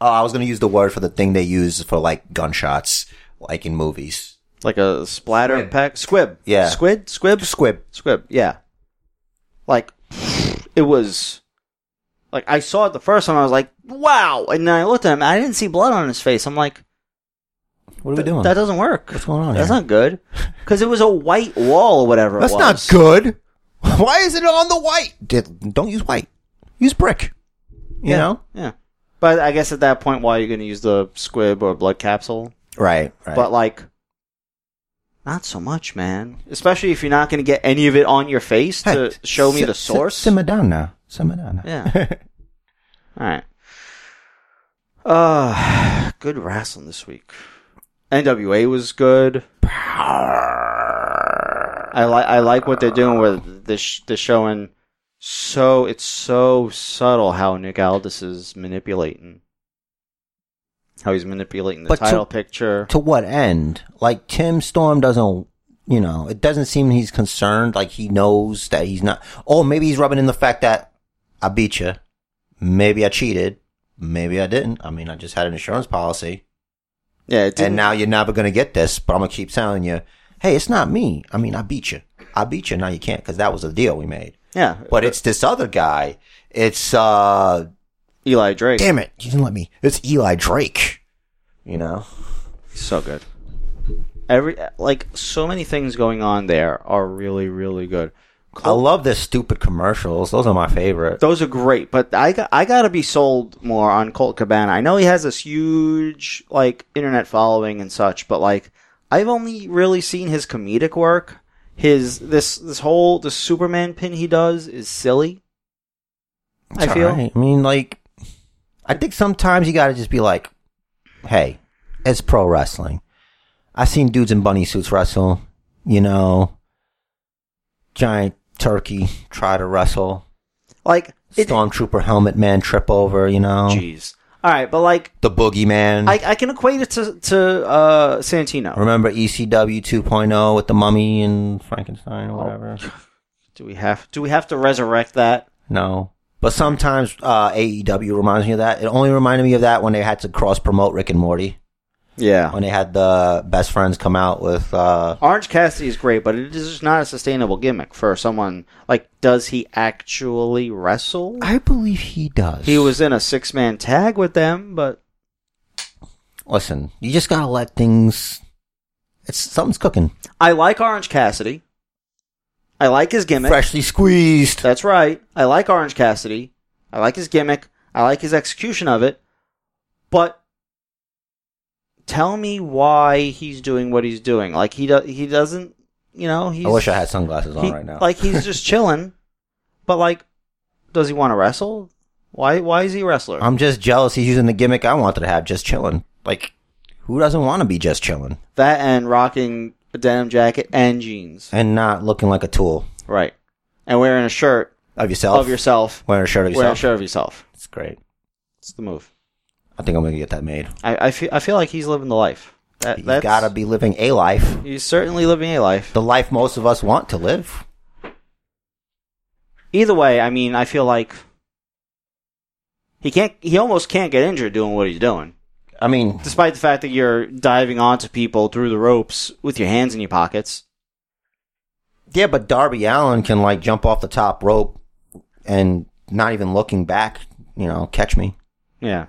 A: Oh, I was gonna use the word for the thing they use for like gunshots, like in movies.
C: like a splatter
A: Squib.
C: pack squib
A: Yeah.
C: squid squib
A: Squib.
C: squib yeah like it was like i saw it the first time i was like wow and then i looked at him and i didn't see blood on his face i'm like
A: What are we doing?
C: that doesn't work
A: What's going on
C: that's
A: here?
C: not good because it was a white wall or whatever it
A: That's not
C: was.
A: good. Why is it on the white? Did, don't use white. Use brick. You
C: Yeah.
A: know.
C: yeah but i guess at that point why are you going to use the squib or blood capsule
A: Right. Right.
C: but like not so much man especially if you're not going to get any of it on your face
A: Hey,
C: to show me
A: si-
C: the
A: si-
C: source
A: simmer down now. Simmer down now.
C: Yeah. All right. Uh, good wrestling this week. NWA was good. I like I like what they're doing with this sh- they're showing so it's so subtle how Nick Aldis is manipulating how he's manipulating the
A: But to-
C: title picture.
A: to what end? Like Tim Storm doesn't, you know, it doesn't seem he's concerned. Like he knows that he's not. Oh, maybe he's rubbing in the fact that I beat you. Maybe I cheated. Maybe I didn't. I mean, I just had an insurance policy,
C: yeah, it didn't,
A: and now you're never gonna get this. But I'm gonna keep telling you, hey, it's not me. I mean, I beat you. I beat you. Now you can't because that was the deal we made.
C: yeah,
A: But it's this other guy. It's uh,
C: Eli Drake.
A: damn it, you didn't let me. It's Eli Drake. You know.
C: So good. Every like so many things going on there are really really good.
A: I
C: Oh.
A: love the stupid commercials. Those are my favorite.
C: Those are great, but I got, I gotta be sold more on Colt Cabana. I know he has this huge like internet following and such, but like I've only really seen his comedic work. His this this whole the Superman pin he does is silly.
A: It's
C: I feel
A: alright. I mean, like, I think sometimes you got to just be like, "Hey, it's pro wrestling." I've seen dudes in bunny suits wrestle. You know, giant turkey try to wrestle.
C: like it,
A: Stormtrooper helmet man trip over. You know,
C: jeez. All right, but like
A: the boogeyman.
C: I, I can equate it to to uh, Santino.
A: Remember E ECW 2.0 with the mummy and Frankenstein
C: Oh.
A: or whatever?
C: Do we have do we have to resurrect that?
A: No. But sometimes uh, AEW reminds me of that. It only reminded me of that when they had to cross promote Rick and Morty.
C: Yeah.
A: when they had the best friends come out with uh
C: Orange Cassidy is great, but it is just not a sustainable gimmick for someone. Like, does he actually wrestle?
A: I believe he does.
C: He was in a six man tag with them, but
A: listen, you just gotta let things it's something's cooking.
C: I like Orange Cassidy. I like his gimmick.
A: Freshly squeezed.
C: That's right. I like Orange Cassidy. I like his gimmick. I like his execution of it. But tell me why he's doing what he's doing. Like he does. He doesn't. You know. He's,
A: I wish I had sunglasses on
C: He-
A: right now.
C: Like he's just chilling, but like, does he want to wrestle? Why? Why is he a wrestler?
A: I'm just jealous he's using the gimmick I wanted to have, just chilling. Like who doesn't want to be just chilling
C: that and rocking a denim jacket and jeans,
A: and not looking like a tool
C: right? And wearing a shirt
A: of yourself?
C: of yourself,
A: wearing a shirt of
C: wearing a
A: yourself.
C: shirt of yourself.
A: It's great.
C: It's the move.
A: I think I'm gonna get that made.
C: I, I feel. I feel like he's living the life. That,
A: You
C: that's,
A: gotta be living a life.
C: He's certainly living a life.
A: The life most of us want to live.
C: Either way, I mean, I feel like he can't. He almost can't get injured doing what he's doing,
A: I mean,
C: despite the fact that you're diving onto people through the ropes with your hands in your pockets.
A: Yeah, but Darby Allen can like jump off the top rope and not even looking back, you know, catch me.
C: Yeah.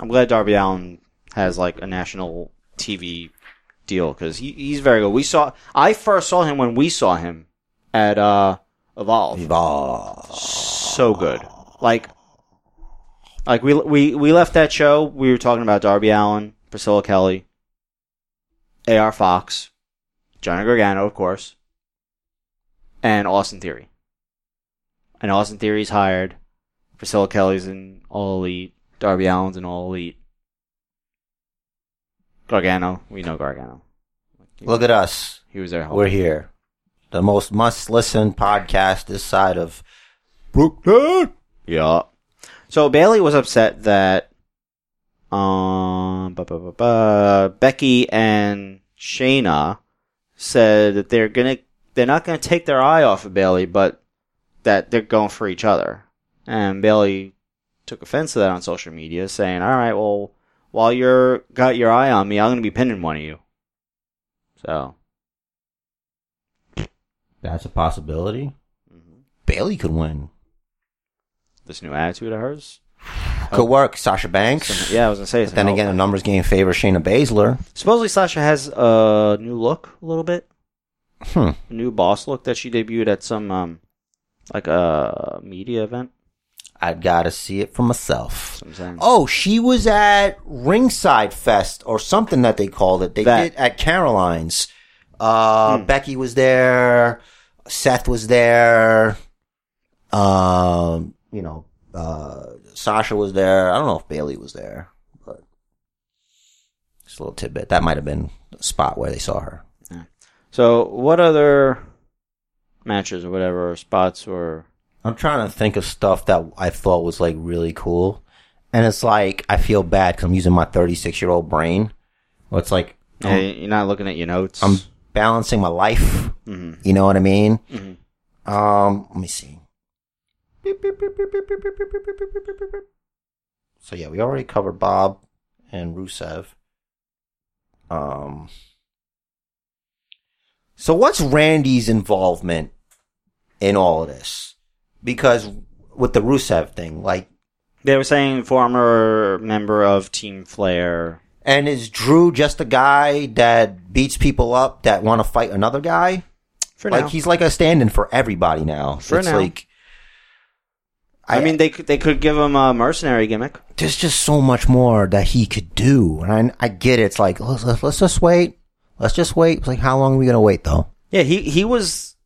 C: I'm glad Darby Allen has like a national TV deal because he, he's very good. We saw I first saw him when we saw him at uh, Evolve.
A: Evolve.
C: so good. Like, like we we we left that show. We were talking about Darby Allen, Priscilla Kelly, A.R. Fox, Johnny Gargano, of course, and Austin Theory. And Austin Theory's hired. Priscilla Kelly's in All Elite. Darby Allen's in All Elite. Gargano, we know Gargano.
A: Look at us.
C: He was there.
A: We're here. The most must listen podcast this side of
B: Brooklyn.
C: Yeah. So Bailey was upset that um ba, ba, ba, ba, Becky and Shayna said that they're gonna they're not gonna take their eye off of Bailey, but that they're going for each other. And Bailey took offense to that on social media, saying, "All right, well, while you're got your eye on me, I'm gonna be pinning one of you." So
A: That's a possibility.
C: Mm-hmm.
A: Bailey could win.
C: this new attitude of hers.
A: Could work. Sasha Banks.
C: Oh. Some- yeah, I was gonna say.
A: But then
C: some-
A: again, the numbers game favor Shayna Baszler.
C: supposedly Sasha has a new look, a little bit.
A: Hmm.
C: new boss look that she debuted at some um like a media event.
A: I gotta see it for myself.
C: That's what I'm saying.
A: Oh, she was at Ringside Fest or something that they called it. They
C: That- Hmm.
A: did at Caroline's. Uh, Becky was there. Seth was there. Um, you know, uh, Sasha was there. I don't know if Bailey was there, but just a little tidbit. That might have been the spot where they saw her.
C: So what other matches or whatever or spots or
A: I'm trying to think of stuff that I thought was like really cool. And it's like, I feel bad because I'm using my 36 year old brain. Well, it's like,
C: Yeah, you're not looking at your notes.
A: I'm balancing my life.
C: Mhm.
A: You know what I mean?
C: Mhm.
A: Um, let me see. Beep, beep, beep, beep, beep, beep, beep, beep, beep, beep, beep, beep, beep, beep. So yeah, we already covered Bob and Rusev. Um. So what's Randy's involvement in all of this? Because with the Rusev thing, like,
C: They were saying former member of Team Flair.
A: and is Drew just a guy that beats people up that want to fight another guy?
C: For
A: like
C: now,
A: he's like a stand-in for everybody now.
C: For
A: it's
C: now.
A: like
C: I, mean they could they could give him a mercenary gimmick.
A: there's just so much more that he could do, and I, I get it. It's like let's, let's, let's just wait, let's just wait. It's like how long are we gonna wait though?
C: Yeah, he he was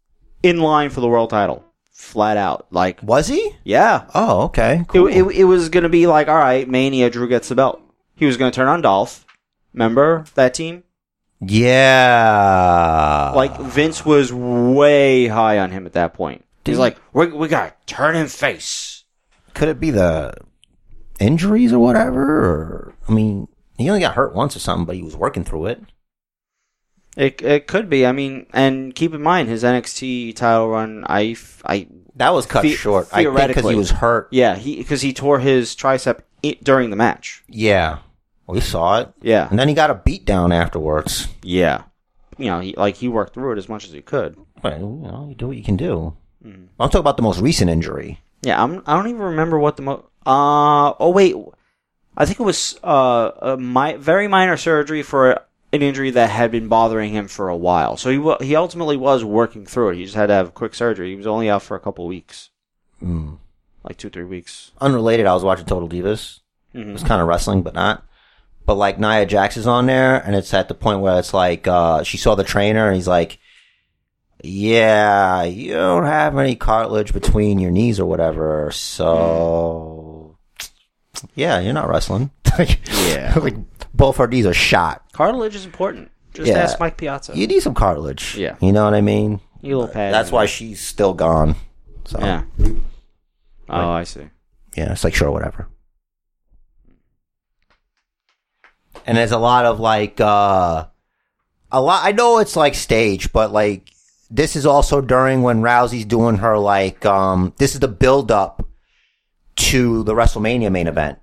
C: in line for the world title, flat out. Like
A: Was he?
C: yeah,
A: Oh, okay.
C: It, it, it was going to be like, all right, Mania, Drew gets the belt. He was going to turn on Dolph. Remember that team?
A: yeah,
C: Like, Vince was way high on him at that point. He's
A: Didn't-
C: like, we, we got to turn him face.
A: could it be the injuries or whatever? Or, I mean, he only got hurt once or something, but he was working through it.
C: It, it could be. I mean, and keep in mind, his NXT title run, I, f- I-
A: That was cut
C: The-
A: short. I think because
C: theoretically.
A: he was hurt.
C: yeah, he, because he tore his tricep i- during the match.
A: Yeah, we saw it,
C: Yeah.
A: and then he got a beat down afterwards.
C: Yeah. You know, he, like, he worked through it as much as he could.
A: Well, you know, you do what you can do.
C: Hmm.
A: I'm talking about the most recent injury.
C: Yeah, I'm, I don't even remember what the mo. Uh oh wait, I think it was uh a mi- very minor surgery for an injury that had been bothering him for a while. So he wa he ultimately was working through it. He just had to have quick surgery. He was only out for a couple weeks,
A: Mm.
C: like two three weeks.
A: Unrelated, I was watching Total Divas. It
C: Hmm.
A: was kind of wrestling, but not. But like Nia Jax is on there, and it's at the point where it's like uh, she saw the trainer, and he's like, "Yeah, you don't have any cartilage between your knees or whatever, so yeah, you're not wrestling." like,
C: Hmm. Yeah.
A: like both our knees are shot.
C: Cartilage is important. Just
A: Yeah.
C: ask Mike Piazza.
A: You need some cartilage.
C: Yeah.
A: you know what I mean.
C: you little pad.
A: That's why she's still gone. So
C: Yeah. Oh, I see.
A: Yeah, it's like sure, whatever. And there's a lot of like uh a lot I know it's like stage, but like this is also during when Rousey's doing her like um this is the build up to the WrestleMania main event.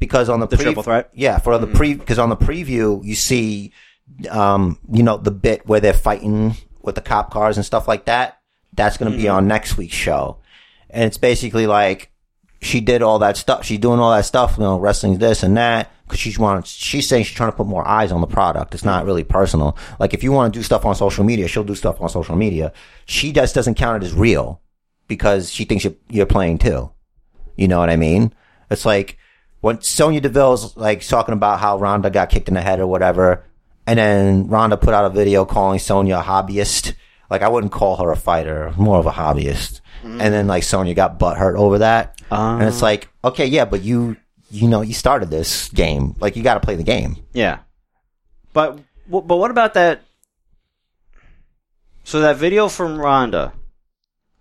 A: Because on the,
C: The triple threat? Mm-hmm.
A: Yeah, for the pre because on the preview you see um you know the bit where they're fighting with the cop cars and stuff like that. That's going to
C: Mm-hmm.
A: be on next week's show. And it's basically like she did all that stuff. She's doing all that stuff, you know, wrestling this and that, because she's wants. She's saying she's trying to put more eyes on the product. It's not really personal. Like if you want to do stuff on social media, she'll do stuff on social media. She just doesn't count it as real. because she thinks you're, you're playing too. You know what I mean? It's like when Sonya Deville's like talking about how Ronda got kicked in the head or whatever, and then Ronda put out a video calling Sonya a hobbyist. Like I wouldn't call her a fighter, more of a hobbyist. And then like Sonya got butt hurt over that,
C: Uh,
A: and it's like, okay, yeah, but you, you know, you started this game. Like you got to play the game.
C: Yeah. But wh- but what about that? So that video from Rhonda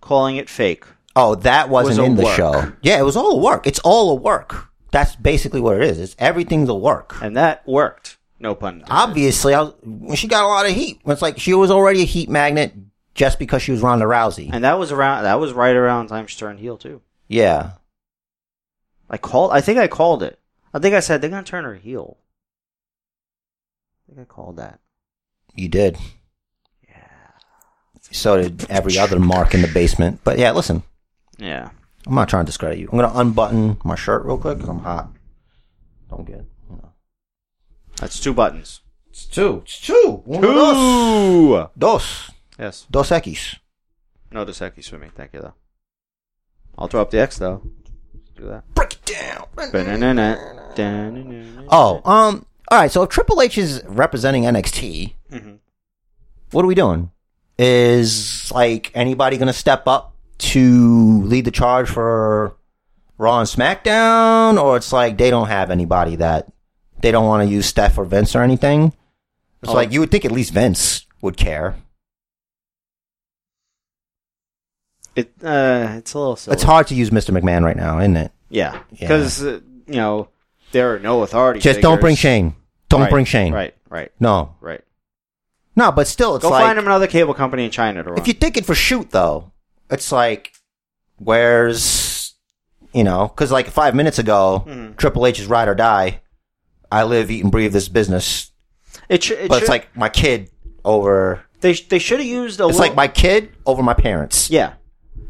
C: calling it fake.
A: Oh, that wasn't
C: a
A: in the
C: work.
A: show. Yeah, it was all a work. It's all a work. That's basically what it is. It's everything's a work.
C: And that worked. No pun intended.
A: Obviously, I was, when she got a lot of heat. It's like she was already a heat magnet just because she was Ronda Rousey.
C: and that was around that was right around the time she turned heel too.
A: Yeah.
C: I called I think I called it. I think I said they're gonna turn her heel. I think I called that.
A: You did. So did every other mark in the basement. But yeah, listen,
C: Yeah.
A: I'm not trying to discredit you. I'm gonna unbutton my shirt real quick 'cause I'm hot. Don't get. You know.
C: That's two buttons.
A: It's two. It's two. Uno,
C: Two
A: Dos.
C: Yes.
A: Dos Equis.
C: No Doseki swimming, thank you though. I'll throw up the X though. Do that.
A: Break it down.
C: Ba-na-na-na, da-na-na-na.
A: Oh, um. All right. So if Triple H is representing NXT,
C: Mhm.
A: what are we doing? Is like anybody going to step up to lead the charge for Raw and SmackDown, or it's like they don't have anybody that they don't want to use Steph or Vince or anything? It's
C: Oh.
A: like you would think at least Vince would care.
C: It uh, it's a little silly.
A: It's hard to use Mr. McMahon right now, isn't it?
C: Yeah,
A: Yeah.
C: because uh, you know there are no authority.
A: Just don't
C: figures.
A: bring Shane. Don't
C: Right,
A: bring Shane.
C: Right, right,
A: No.
C: right.
A: No, but still, it's
C: Go
A: like
C: find him another cable company in China to run.
A: If you're thinking for shoot though, it's like where's you know because like five minutes ago,
C: Hmm.
A: Triple H is ride or die. I live, eat, and breathe this business,
C: it should. It
A: but
C: should-
A: it's like my kid over.
C: they sh- they should have used a.
A: It's
C: little,
A: like my kid over my parents.
C: yeah.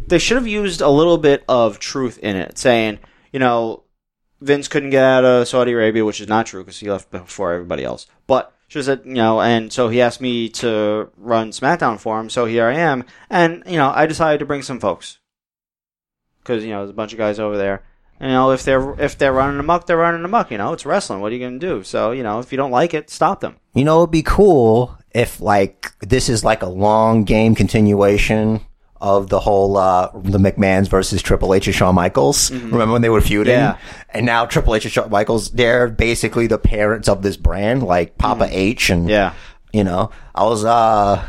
C: They should have used a little bit of truth in it, saying you know Vince couldn't get out of Saudi Arabia, which is not true because he left before everybody else. But should have said you know, and so he asked me to run SmackDown for him, so here I am, and you know I decided to bring some folks because you know there's a bunch of guys over there. You know, if they're if they're running amok, they're running amok. You know, it's wrestling. What are you gonna do? So you know, if you don't like it, stop them.
A: You know, it'd be cool if like this is like a long game continuation of the whole uh the McMahon's versus Triple H and Shawn Michaels. Remember when they were feuding?
C: Mm-hmm. Yeah.
A: And now Triple H and Shawn Michaels, they're basically the parents of this brand, like Papa H and
C: Mm-hmm. Yeah.
A: you know, I was uh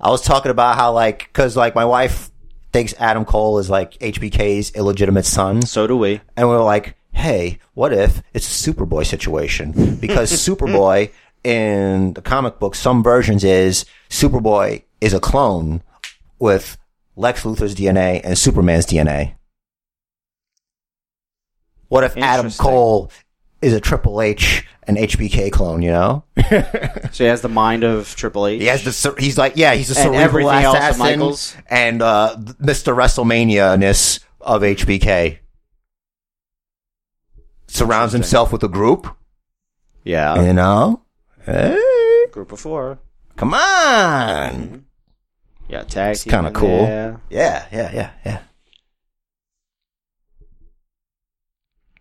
A: I was talking about how like cuz like my wife thinks Adam Cole is like HBK's illegitimate son.
C: So do we.
A: And we were like, hey, what if it's a Superboy situation? Because Superboy in the comic book, some versions is Superboy is a clone with Lex Luthor's DNA and Superman's DNA. What if Adam
C: Interesting.
A: Cole is a Triple H and HBK clone, you know?
C: So he has the mind of Triple H.
A: He has the cer- he's like yeah he's a
C: And
A: cerebral
C: everything else of
A: assassin
C: Michaels.
A: and uh, th- Mr. WrestleMania ness of HBK surrounds himself with a group
C: Yeah.
A: you know hey
C: Group of four.
A: come on
C: Mm-hmm. Yeah. Tag.
A: It's
C: team
A: kinda
C: in
A: cool.
C: there.
A: yeah yeah yeah yeah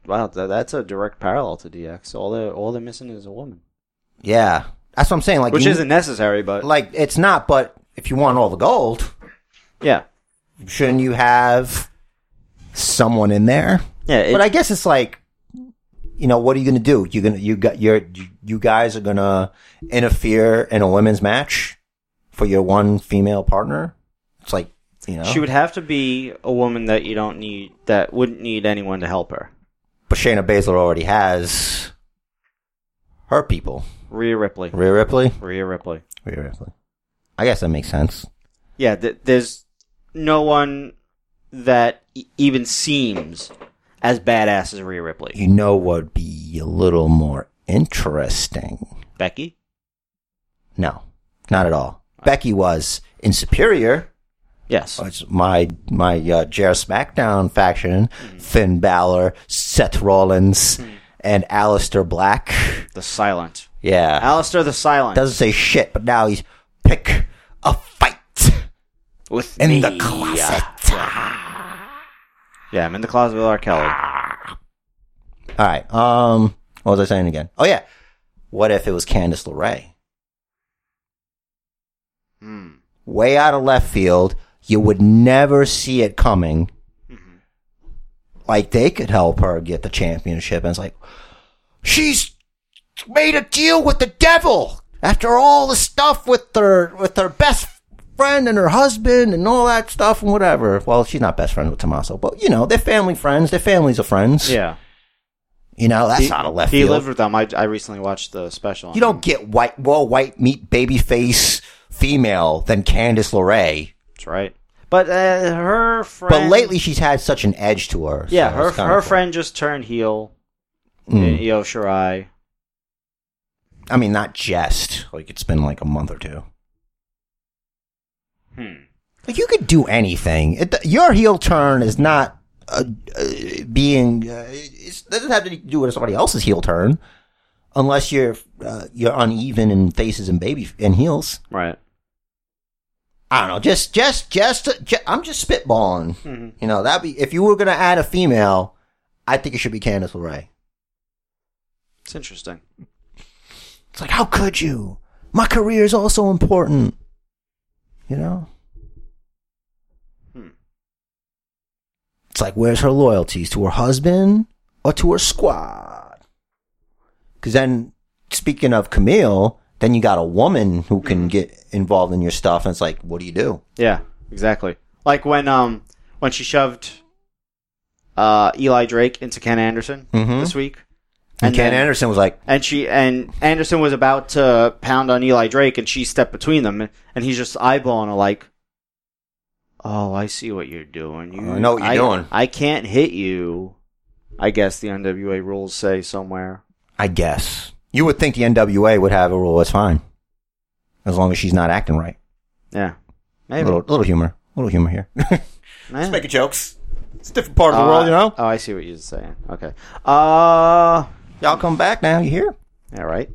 C: Wow, th- that's a direct parallel to DX. All they all they're missing is a woman,
A: yeah that's what I'm saying like
C: which
A: you-
C: isn't necessary, but
A: like it's not but if you want all the gold
C: yeah,
A: shouldn't you have someone in there
C: yeah. It,
A: but I guess it's like, you know, what are you going to do? You're going to, you got your, you guys are going to interfere in a women's match for your one female partner. It's like, you know,
C: she would have to be a woman that you don't need, that wouldn't need anyone to help her.
A: but Shayna Baszler already has her people.
C: Rhea Ripley.
A: Rhea Ripley.
C: Rhea Ripley.
A: Rhea Ripley. I guess that makes sense.
C: Yeah, th- there's no one that e- even seems as badass as Rhea Ripley.
A: You know what would be a little more interesting?
C: Becky.
A: No, not at all. Becky was in Superior.
C: Yes.
A: It's my my uh, Jair SmackDown faction: Finn Balor, Seth Rollins, and Alistair Black.
C: The Silent.
A: Yeah,
C: Alistair the Silent.
A: doesn't say shit, but now he's pick a fight
C: with
A: in
C: me.
A: the closet.
C: Yeah, I'm in the closet with R. Kelly.
A: Ah. All right. Um, what was I saying again? Oh yeah. What if it was Candice LeRae?
C: Hmm.
A: Way out of left field. You would never see it coming. Like they could help her get the championship. And it's like, she's made a deal with the devil after all the stuff with her, with her best friend and her husband and all that stuff and whatever. Well, she's not best friends with Tommaso, but you know, they're family friends. Their families are friends.
C: Yeah.
A: You know, that's
C: he,
A: not a left
C: He
A: field.
C: lived with them. I, I recently watched the special. on
A: You don't get white, well, white meat baby face female than Candice LeRae.
C: him. That's right. But uh, her friend.
A: But lately, she's had such an edge to her. so
C: Yeah,
A: it's
C: her
A: kinda
C: her
A: cool.
C: friend just turned heel.
A: Mm.
C: Io Shirai.
A: I mean, not just like it's been like a month or two.
C: Hmm.
A: Like you could do anything. It, your heel turn is not uh, uh, being. Uh, it's, it doesn't have to do with somebody else's heel turn, unless you're uh, you're uneven in faces and baby and heels.
C: Right.
A: I don't know. Just, just, just, ju- I'm just spitballing.
C: Hmm.
A: You know, that'd be, if you were going to add a female, I think it should be Candice LeRae.
C: It's interesting.
A: It's like, how could you? My career is also important. You know?
C: Hmm.
A: It's like, where's her loyalties? To her husband or to her squad? Because then, speaking of Camille, then you got a woman who can get involved in your stuff, and it's like, what do you do?
C: Yeah, exactly. Like when um when she shoved uh Eli Drake into Ken Anderson
A: Mhm.
C: this week.
A: And, Ken
C: then-
A: Anderson was like,
C: and she and Anderson was about to pound on Eli Drake, and she stepped between them, and he's just eyeballing her like, "Oh, I see what you're doing. You
A: I know what you're doing."
C: I can't hit you. I guess the NWA rules say somewhere.
A: I guess. You would think the NWA would have a rule that's fine. As long as she's not acting right.
C: Yeah,
A: A
C: maybe.
A: little, little humor. A little humor here.
C: Yeah.
A: Eh. jokes. It's a different part
C: Uh, Oh, I see what you're saying. Okay. Uh,
A: Y'all come back now, you hear?
C: All right.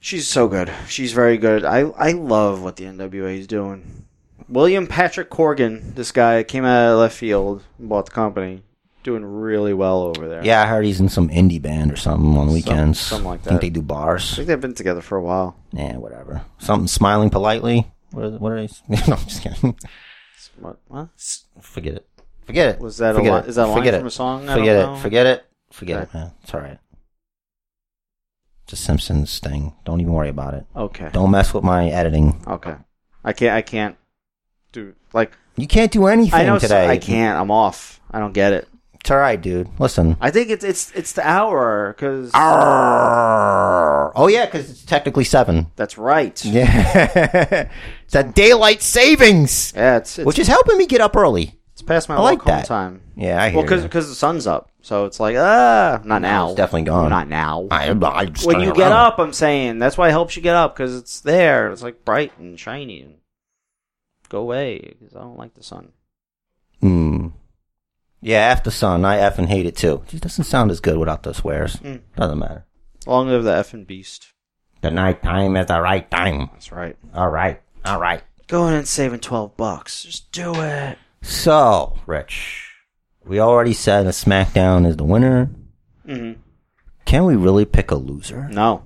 C: She's so good. She's very good. I, I love what the NWA is doing. William Patrick Corgan, this guy came out of left field, and bought the company, doing really well over there.
A: Yeah, I heard he's in some indie band or something on weekends.
C: something like
A: think
C: that.
A: they do
C: I
A: bars.
C: think they've been together for a while.
A: Nah, whatever. Something smiling politely. What are, what are they? no, I'm just kidding.
C: What, what?
A: Forget it. Forget it.
C: Was that a
A: Forget
C: li-
A: it.
C: is that a line
A: Forget
C: from
A: it.
C: a song? I
A: Forget
C: don't
A: it.
C: know.
A: Forget it. Forget
C: Okay.
A: it, man. It's all right. It's a Simpsons thing. Don't even worry about it.
C: Okay.
A: Don't mess with my editing.
C: Okay. I can't. I can't do like
A: You can't do anything
C: I know. so-
A: today.
C: I can't. I'm off. I don't get it.
A: It's all right, dude. Listen.
C: I think it's it's it's the hour because
A: Arrgh. Oh yeah, because it's technically seven.
C: that's right. Yeah,
A: Yeah, it's a daylight savings,
C: it's, it's
A: which is helping me get up early.
C: It's past my
A: I like
C: walk home
A: that.
C: time.
A: Yeah, I hear
C: Well, because
A: you.
C: the sun's up, so it's like ah, not now.
A: it's definitely gone.
C: Not now.
A: I, I just
C: when
A: turn
C: you
A: around.
C: get up, I'm saying that's why it helps you get up because it's there. It's like bright and shiny. And go away because I don't like the sun.
A: Mm. Yeah, after sun, I effing hate it too. It doesn't sound as good without the swears.
C: Mm.
A: Doesn't matter.
C: Long live the effing beast.
A: The night time is the right time.
C: That's right.
A: All right, all right.
C: Going and saving twelve bucks. Just do it.
A: So, Rich, we already said that SmackDown is the winner.
C: hmm
A: Can we really pick a loser?
C: No.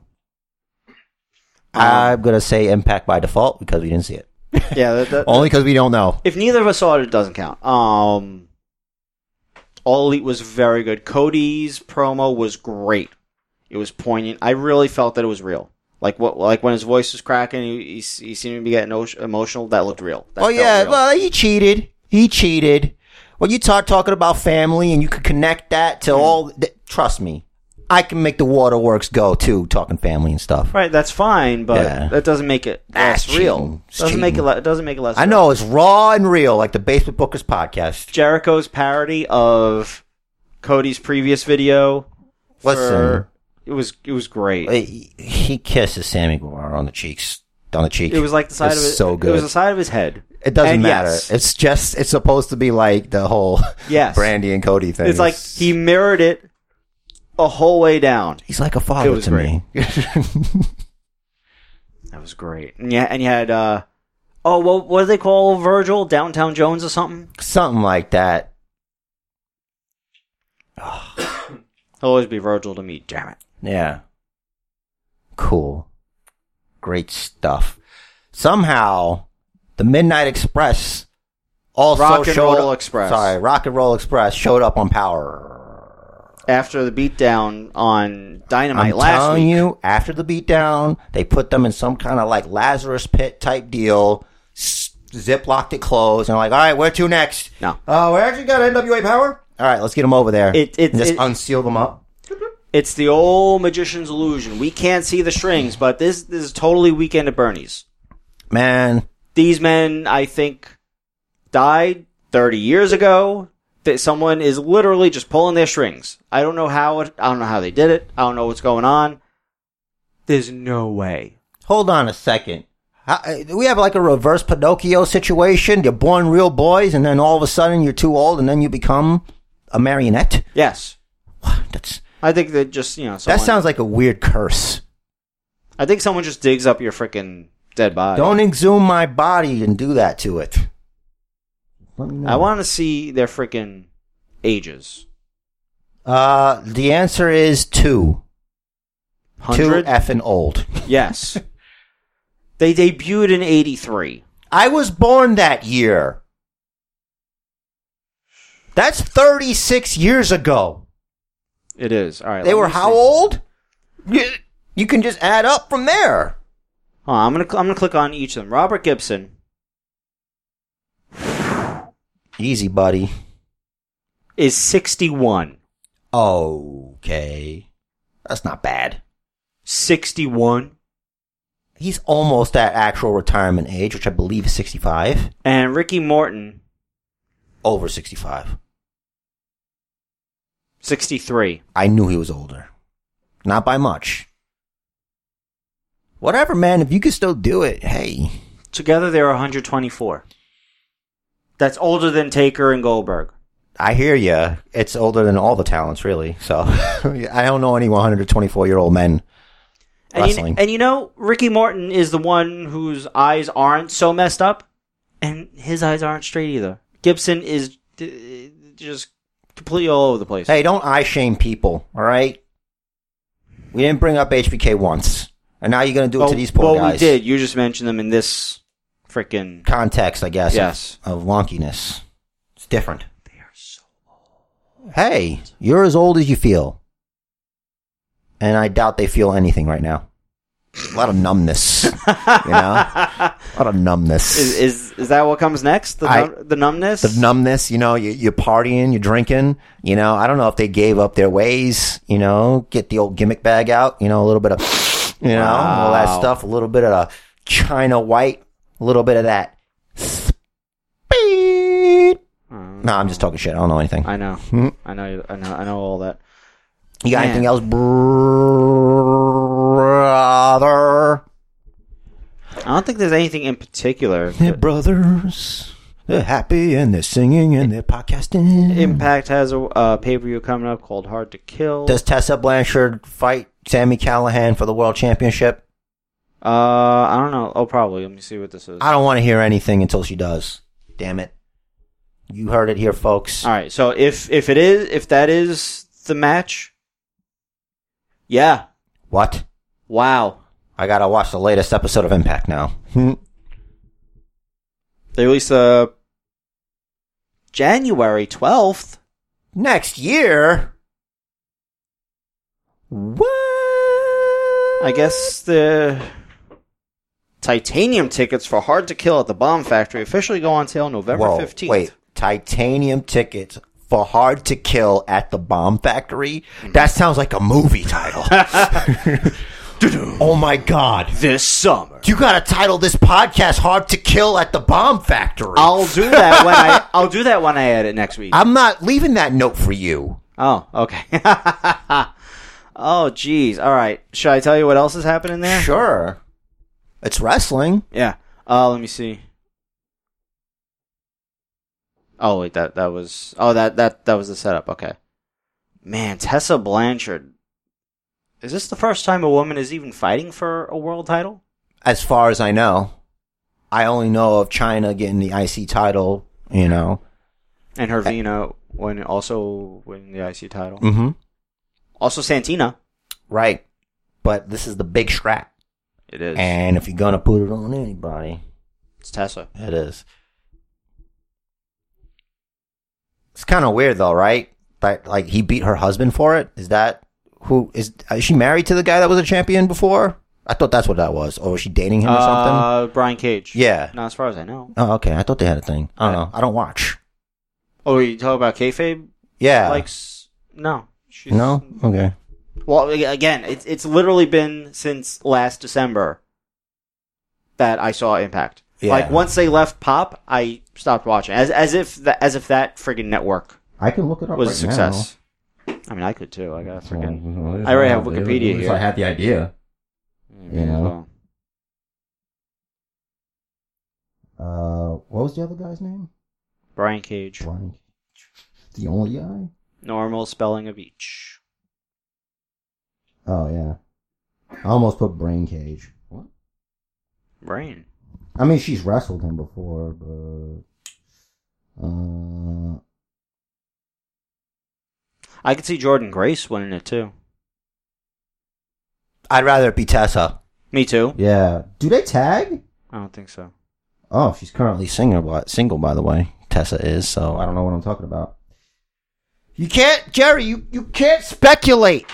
A: I'm gonna say Impact by default because we didn't see it.
C: Yeah. That, that,
A: Only because we don't know.
C: if neither of us saw it, it doesn't count. Um, All Elite was very good. Cody's promo was great. It was poignant. I really felt that it was real. Like what? Like when his voice was cracking, he, he, s- he seemed to be getting emo- emotional. That looked real. That
A: oh
C: felt
A: yeah,
C: real.
A: well he cheated. He cheated. When you start talking about family and you could connect that to all, th- trust me, I can make the waterworks go too. Talking family and stuff.
C: right. That's fine, but
A: Yeah.
C: that doesn't make it
A: That's
C: less real.
A: cheating. It's
C: Doesn't make it.
A: cheating.
C: Le- doesn't make it less.
A: I
C: real.
A: know it's raw and real, like the Basement Bookers podcast.
C: Jericho's parody of Cody's previous video. for-
A: Listen.
C: it was it was great.
A: He he kisses Sammy Guevara on the cheeks, on the cheek.
C: It was like the side
A: It's
C: of his,
A: so
C: It
A: good.
C: was the side of his head.
A: It doesn't
C: And
A: matter.
C: yes.
A: It's just it's supposed to be like the whole
C: Yes.
A: Brandy and Cody thing.
C: It's like he mirrored it a whole way down.
A: he's like a
C: It
A: father
C: was
A: to me.
C: That was great. And yeah, and you had uh Oh, well, what do they call Virgil? Downtown Jones or something?
A: Something like that.
C: He'll always be Virgil to me. Damn it.
A: Yeah. Cool. Great stuff. Somehow, the Midnight Express also
C: Rock and
A: showed
C: Roll
A: up-
C: Express.
A: Sorry, Rock and Roll Express showed up on Power.
C: After the beatdown on Dynamite
A: I'm
C: last
A: telling
C: week,
A: you, after the beatdown, they put them in some kind of like Lazarus pit type deal, s- ziplocked it closed, and like, all right, where to next?
C: No.
A: Oh, we're actually got NWA Power? All right, let's get them over there.
C: It- it-
A: And just
C: it-
A: unseal them up.
C: it's the old magician's illusion. We can't see the strings, but this, this is totally Weekend at Bernie's.
A: Man,
C: these men, I think, died 30 years ago. That someone is literally just pulling their strings. I don't know how it. I don't know how they did it. I don't know what's going on. There's no way.
A: hold on a second. How, uh, do we have like a reverse Pinocchio situation? You're born real boys, and then all of a sudden you're too old, and then you become a marionette?
C: Yes,
A: That's,
C: I think that just you know. Someone,
A: that sounds like a weird curse.
C: I think someone just digs up your freaking dead body.
A: Don't exhume my body and do that to it. Let me know.
C: I want to see their freaking ages.
A: Uh, the answer is two.
C: Hundred.
A: Two effing old.
C: yes. They debuted in '83.
A: I was born that year. That's 36 years ago.
C: It is all right.
A: They
C: let
A: were
C: me
A: how
C: see.
A: old? You you can just add up from there.
C: Hold on, I'm gonna cl- I'm gonna click on each of them. Robert Gibson,
A: Easy, buddy.
C: is 61.
A: Okay. That's not bad.
C: 61.
A: He's almost at actual retirement age, which I believe is 65.
C: And Ricky Morton,
A: Over 65.
C: 63.
A: I knew he was older. Not by much. Whatever, man. If you can still do it, hey.
C: Together they're 124. That's older than Taker and Goldberg.
A: I hear ya. It's older than all the talents, really. So I don't know any 124 year old men
C: And you,
A: wrestling.
C: and you know, Ricky Morton is the one whose eyes aren't so messed up, and his eyes aren't straight either. Gibson is d- just completely all over the place.
A: hey, don't I shame people, all right? We didn't bring up HBK once. And now you're going to do it
C: well,
A: to these poor
C: well,
A: guys.
C: we did. You just mentioned them in this freaking.
A: Context, I guess, of-
C: Yes.
A: of, wonkiness. It's different. They are so old. Hey, you're as old as you feel. And I doubt they feel anything right now. A lot of numbness. you know? A lot of numbness.
C: Is, is is that what comes next? The,
A: I-
C: num- the numbness.
A: the numbness, you know, you, you're partying, you're drinking, you know, I don't know if they gave up their ways, you know, get the old gimmick bag out, you know, a little bit of, you know, all that
C: Wow.
A: stuff, a little bit of China white, a little bit of that speed.
C: Oh.
A: No, I'm just talking shit. I don't know anything.
C: I know.
A: Hmm.
C: I know. you- I know. I know all that.
A: You got
C: Man.
A: anything else, brother?
C: I don't think there's anything in particular.
A: They're brothers. They're happy and they're singing and they're podcasting.
C: Impact has a uh, pay per view coming up called Hard to Kill.
A: Does Tessa Blanchard fight Sammy Callahan for the world championship?
C: uh, I don't know. Oh, probably. Let me see what this is.
A: I don't want to hear anything until she does. Damn it. You heard it here, folks.
C: All right. So if if it is if that is the match, yeah.
A: What?
C: Wow.
A: I gotta watch the latest episode of Impact now. Hmm.
C: They released uh January twelfth.
A: Next year? What?
C: I guess the titanium tickets for Hard to Kill at the Bomb Factory officially go on sale November
A: Whoa,
C: fifteenth.
A: Wait, titanium tickets for Hard to Kill at the Bomb Factory?
C: Hmm.
A: That sounds like a movie title. oh my god.
C: this summer.
A: You gotta title this podcast Hard to Kill at the Bomb Factory.
C: I'll do that when I I'll do that when I edit next week.
A: I'm not leaving that note for you.
C: oh, okay. oh, jeez. All right. Should I tell you what else is happening there?
A: Sure. It's wrestling.
C: Yeah. Uh, let me see. Oh wait, that that was oh that that that was the setup. Okay. Man, Tessa Blanchard. Is this the first time a woman is even fighting for a world title?
A: As far as I know. I only know of China getting the IC title, you know.
C: and Hervina when also winning the IC title.
A: Mm-hmm.
C: Also Santina.
A: Right. But this is the big strap.
C: It is.
A: And if you're going to put it on anybody,
C: it's Tessa.
A: it is. It's kind of weird though, right? Like, like he beat her husband for it. Is that who is, is she married to the guy that was a champion before? I thought that's what that was. Or was she dating him or something?
C: Uh, Brian Cage.
A: Yeah.
C: Not as far as I know.
A: Oh, okay. I thought they had a thing. I don't know. I don't watch.
C: Oh, you talk about kayfabe?
A: Yeah. Hmm.
C: Like, s- no. She's,
A: no? Okay.
C: Well, a- again, it's it's literally been since last December that I saw Impact.
A: Yeah.
C: Like once they left Pop, I stopped watching. As as if tha as if that friggin' network
A: I can look it up
C: was a
A: right
C: success. I mean, I could too. I got
A: now.
C: friggin' I already have Wikipedia
A: If
C: here.
A: I had the idea.
C: May as
A: know.
C: well.
A: Uh, what was the other guy's name?
C: Brian Cage.
A: Brian. The only guy?
C: Normal spelling of each.
A: Oh, yeah. I almost put Brain Cage. What?
C: Brain.
A: I mean, she's wrestled him before, but. Uh,
C: I could see Jordan Grace winning it too.
A: I'd rather it be Tessa.
C: Me too.
A: Yeah. Do they tag?
C: I don't think so.
A: Oh, she's currently single, by, single, by the way. Tessa is, so I don't know what I'm talking about. You can't, Jerry, you, you can't speculate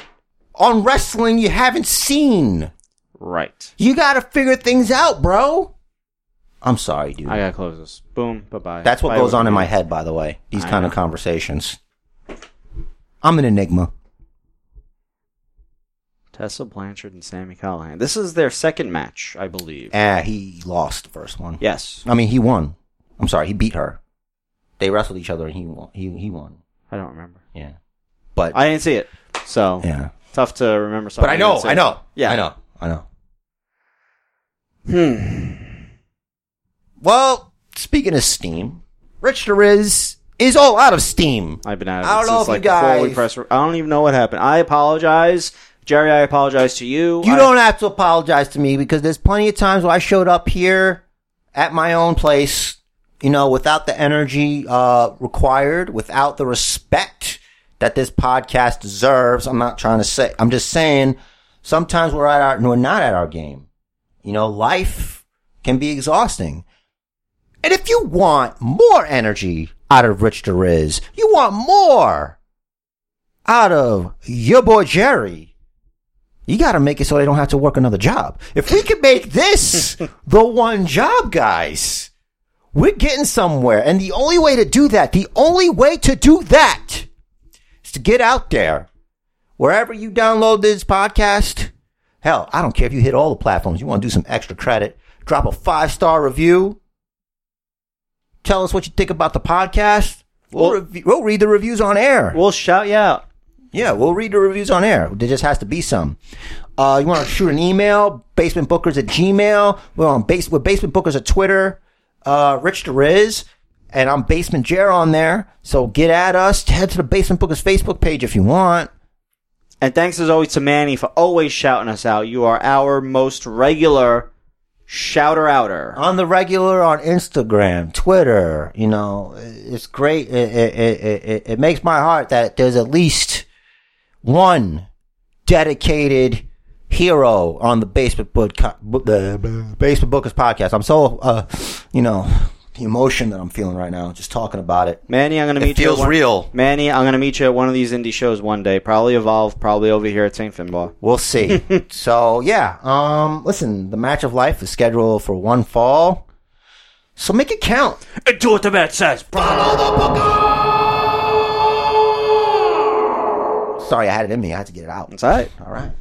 A: on wrestling you haven't seen.
C: Right.
A: You gotta figure things out, bro. I'm sorry, dude.
C: I gotta close this. Boom. Bye bye.
A: That's what goes on in my head, by the way. These
C: I
A: kind of
C: know.
A: conversations. I'm an enigma.
C: Tessa Blanchard and Sammy Callahan. This is their second match, I believe.
A: Ah, he lost the first one.
C: yes.
A: I mean, he won. I'm sorry, he beat her. They wrestled each other, and he won. He he won.
C: I don't remember.
A: Yeah, but
C: I didn't see it, so
A: yeah,
C: tough to remember something.
A: but I know,
C: didn't see
A: I know,
C: Yeah.
A: I know, I know.
C: it. Hmm.
A: Well, speaking of steam, Rich Riz is all out of steam.
C: I've been out of it
A: I don't
C: since
A: know if you
C: like before we
A: guys-
C: press. I don't even know what happened. I apologize, Jerry. I apologize to you.
A: You
C: I-
A: don't have to apologize to me because there's plenty of times where I showed up here at my own place, you know, without the energy uh, required, without the respect that this podcast deserves. I'm not trying to say. I'm just saying. Sometimes we're at our, we're not at our game. You know, life can be exhausting. And if you want more energy out of Rich DeRiz, you want more out of your boy Jerry. You got to make it so they don't have to work another job. If we could make this the one job, guys, we're getting somewhere. And the only way to do that, the only way to do that is to get out there. Wherever you download this podcast, hell, I don't care if you hit all the platforms. You want to do some extra credit, drop a five star review. Tell us what you think about the podcast. We'll,
C: Well-
A: rev- we'll read the reviews on air.
C: We'll shout you out.
A: Yeah, we'll read the reviews on air. There just has to be some. Uh, you want to shoot an email, basementbookers at Gmail. We're on base, we're basementbookers at Twitter, uh, Rich DeRiz, and I'm Basement Jer on there. So get at us. Head to the Basement Bookers Facebook page if you want.
C: And thanks as always to Manny for always shouting us out. You are our most regular shouter outer.
A: On the regular, on Instagram, Twitter, you know, it's great. It, it, it, it, it makes my heart that there's at least one dedicated hero on the basement book the basement bookers podcast i'm so uh you know the emotion that i'm feeling right now just talking about it
C: Manny, I'm gonna
A: it
C: meet you. at
A: feels
C: one-
A: real
C: Manny, I'm gonna meet you at one of these indie shows one day. Probably Evolve. Probably over here at St. Finbar.
A: we'll see so yeah um listen the match of life is scheduled for one fall so make it count
C: And do what the man says.
A: sorry i had it in me i had to get it out
C: That's all right.
A: all right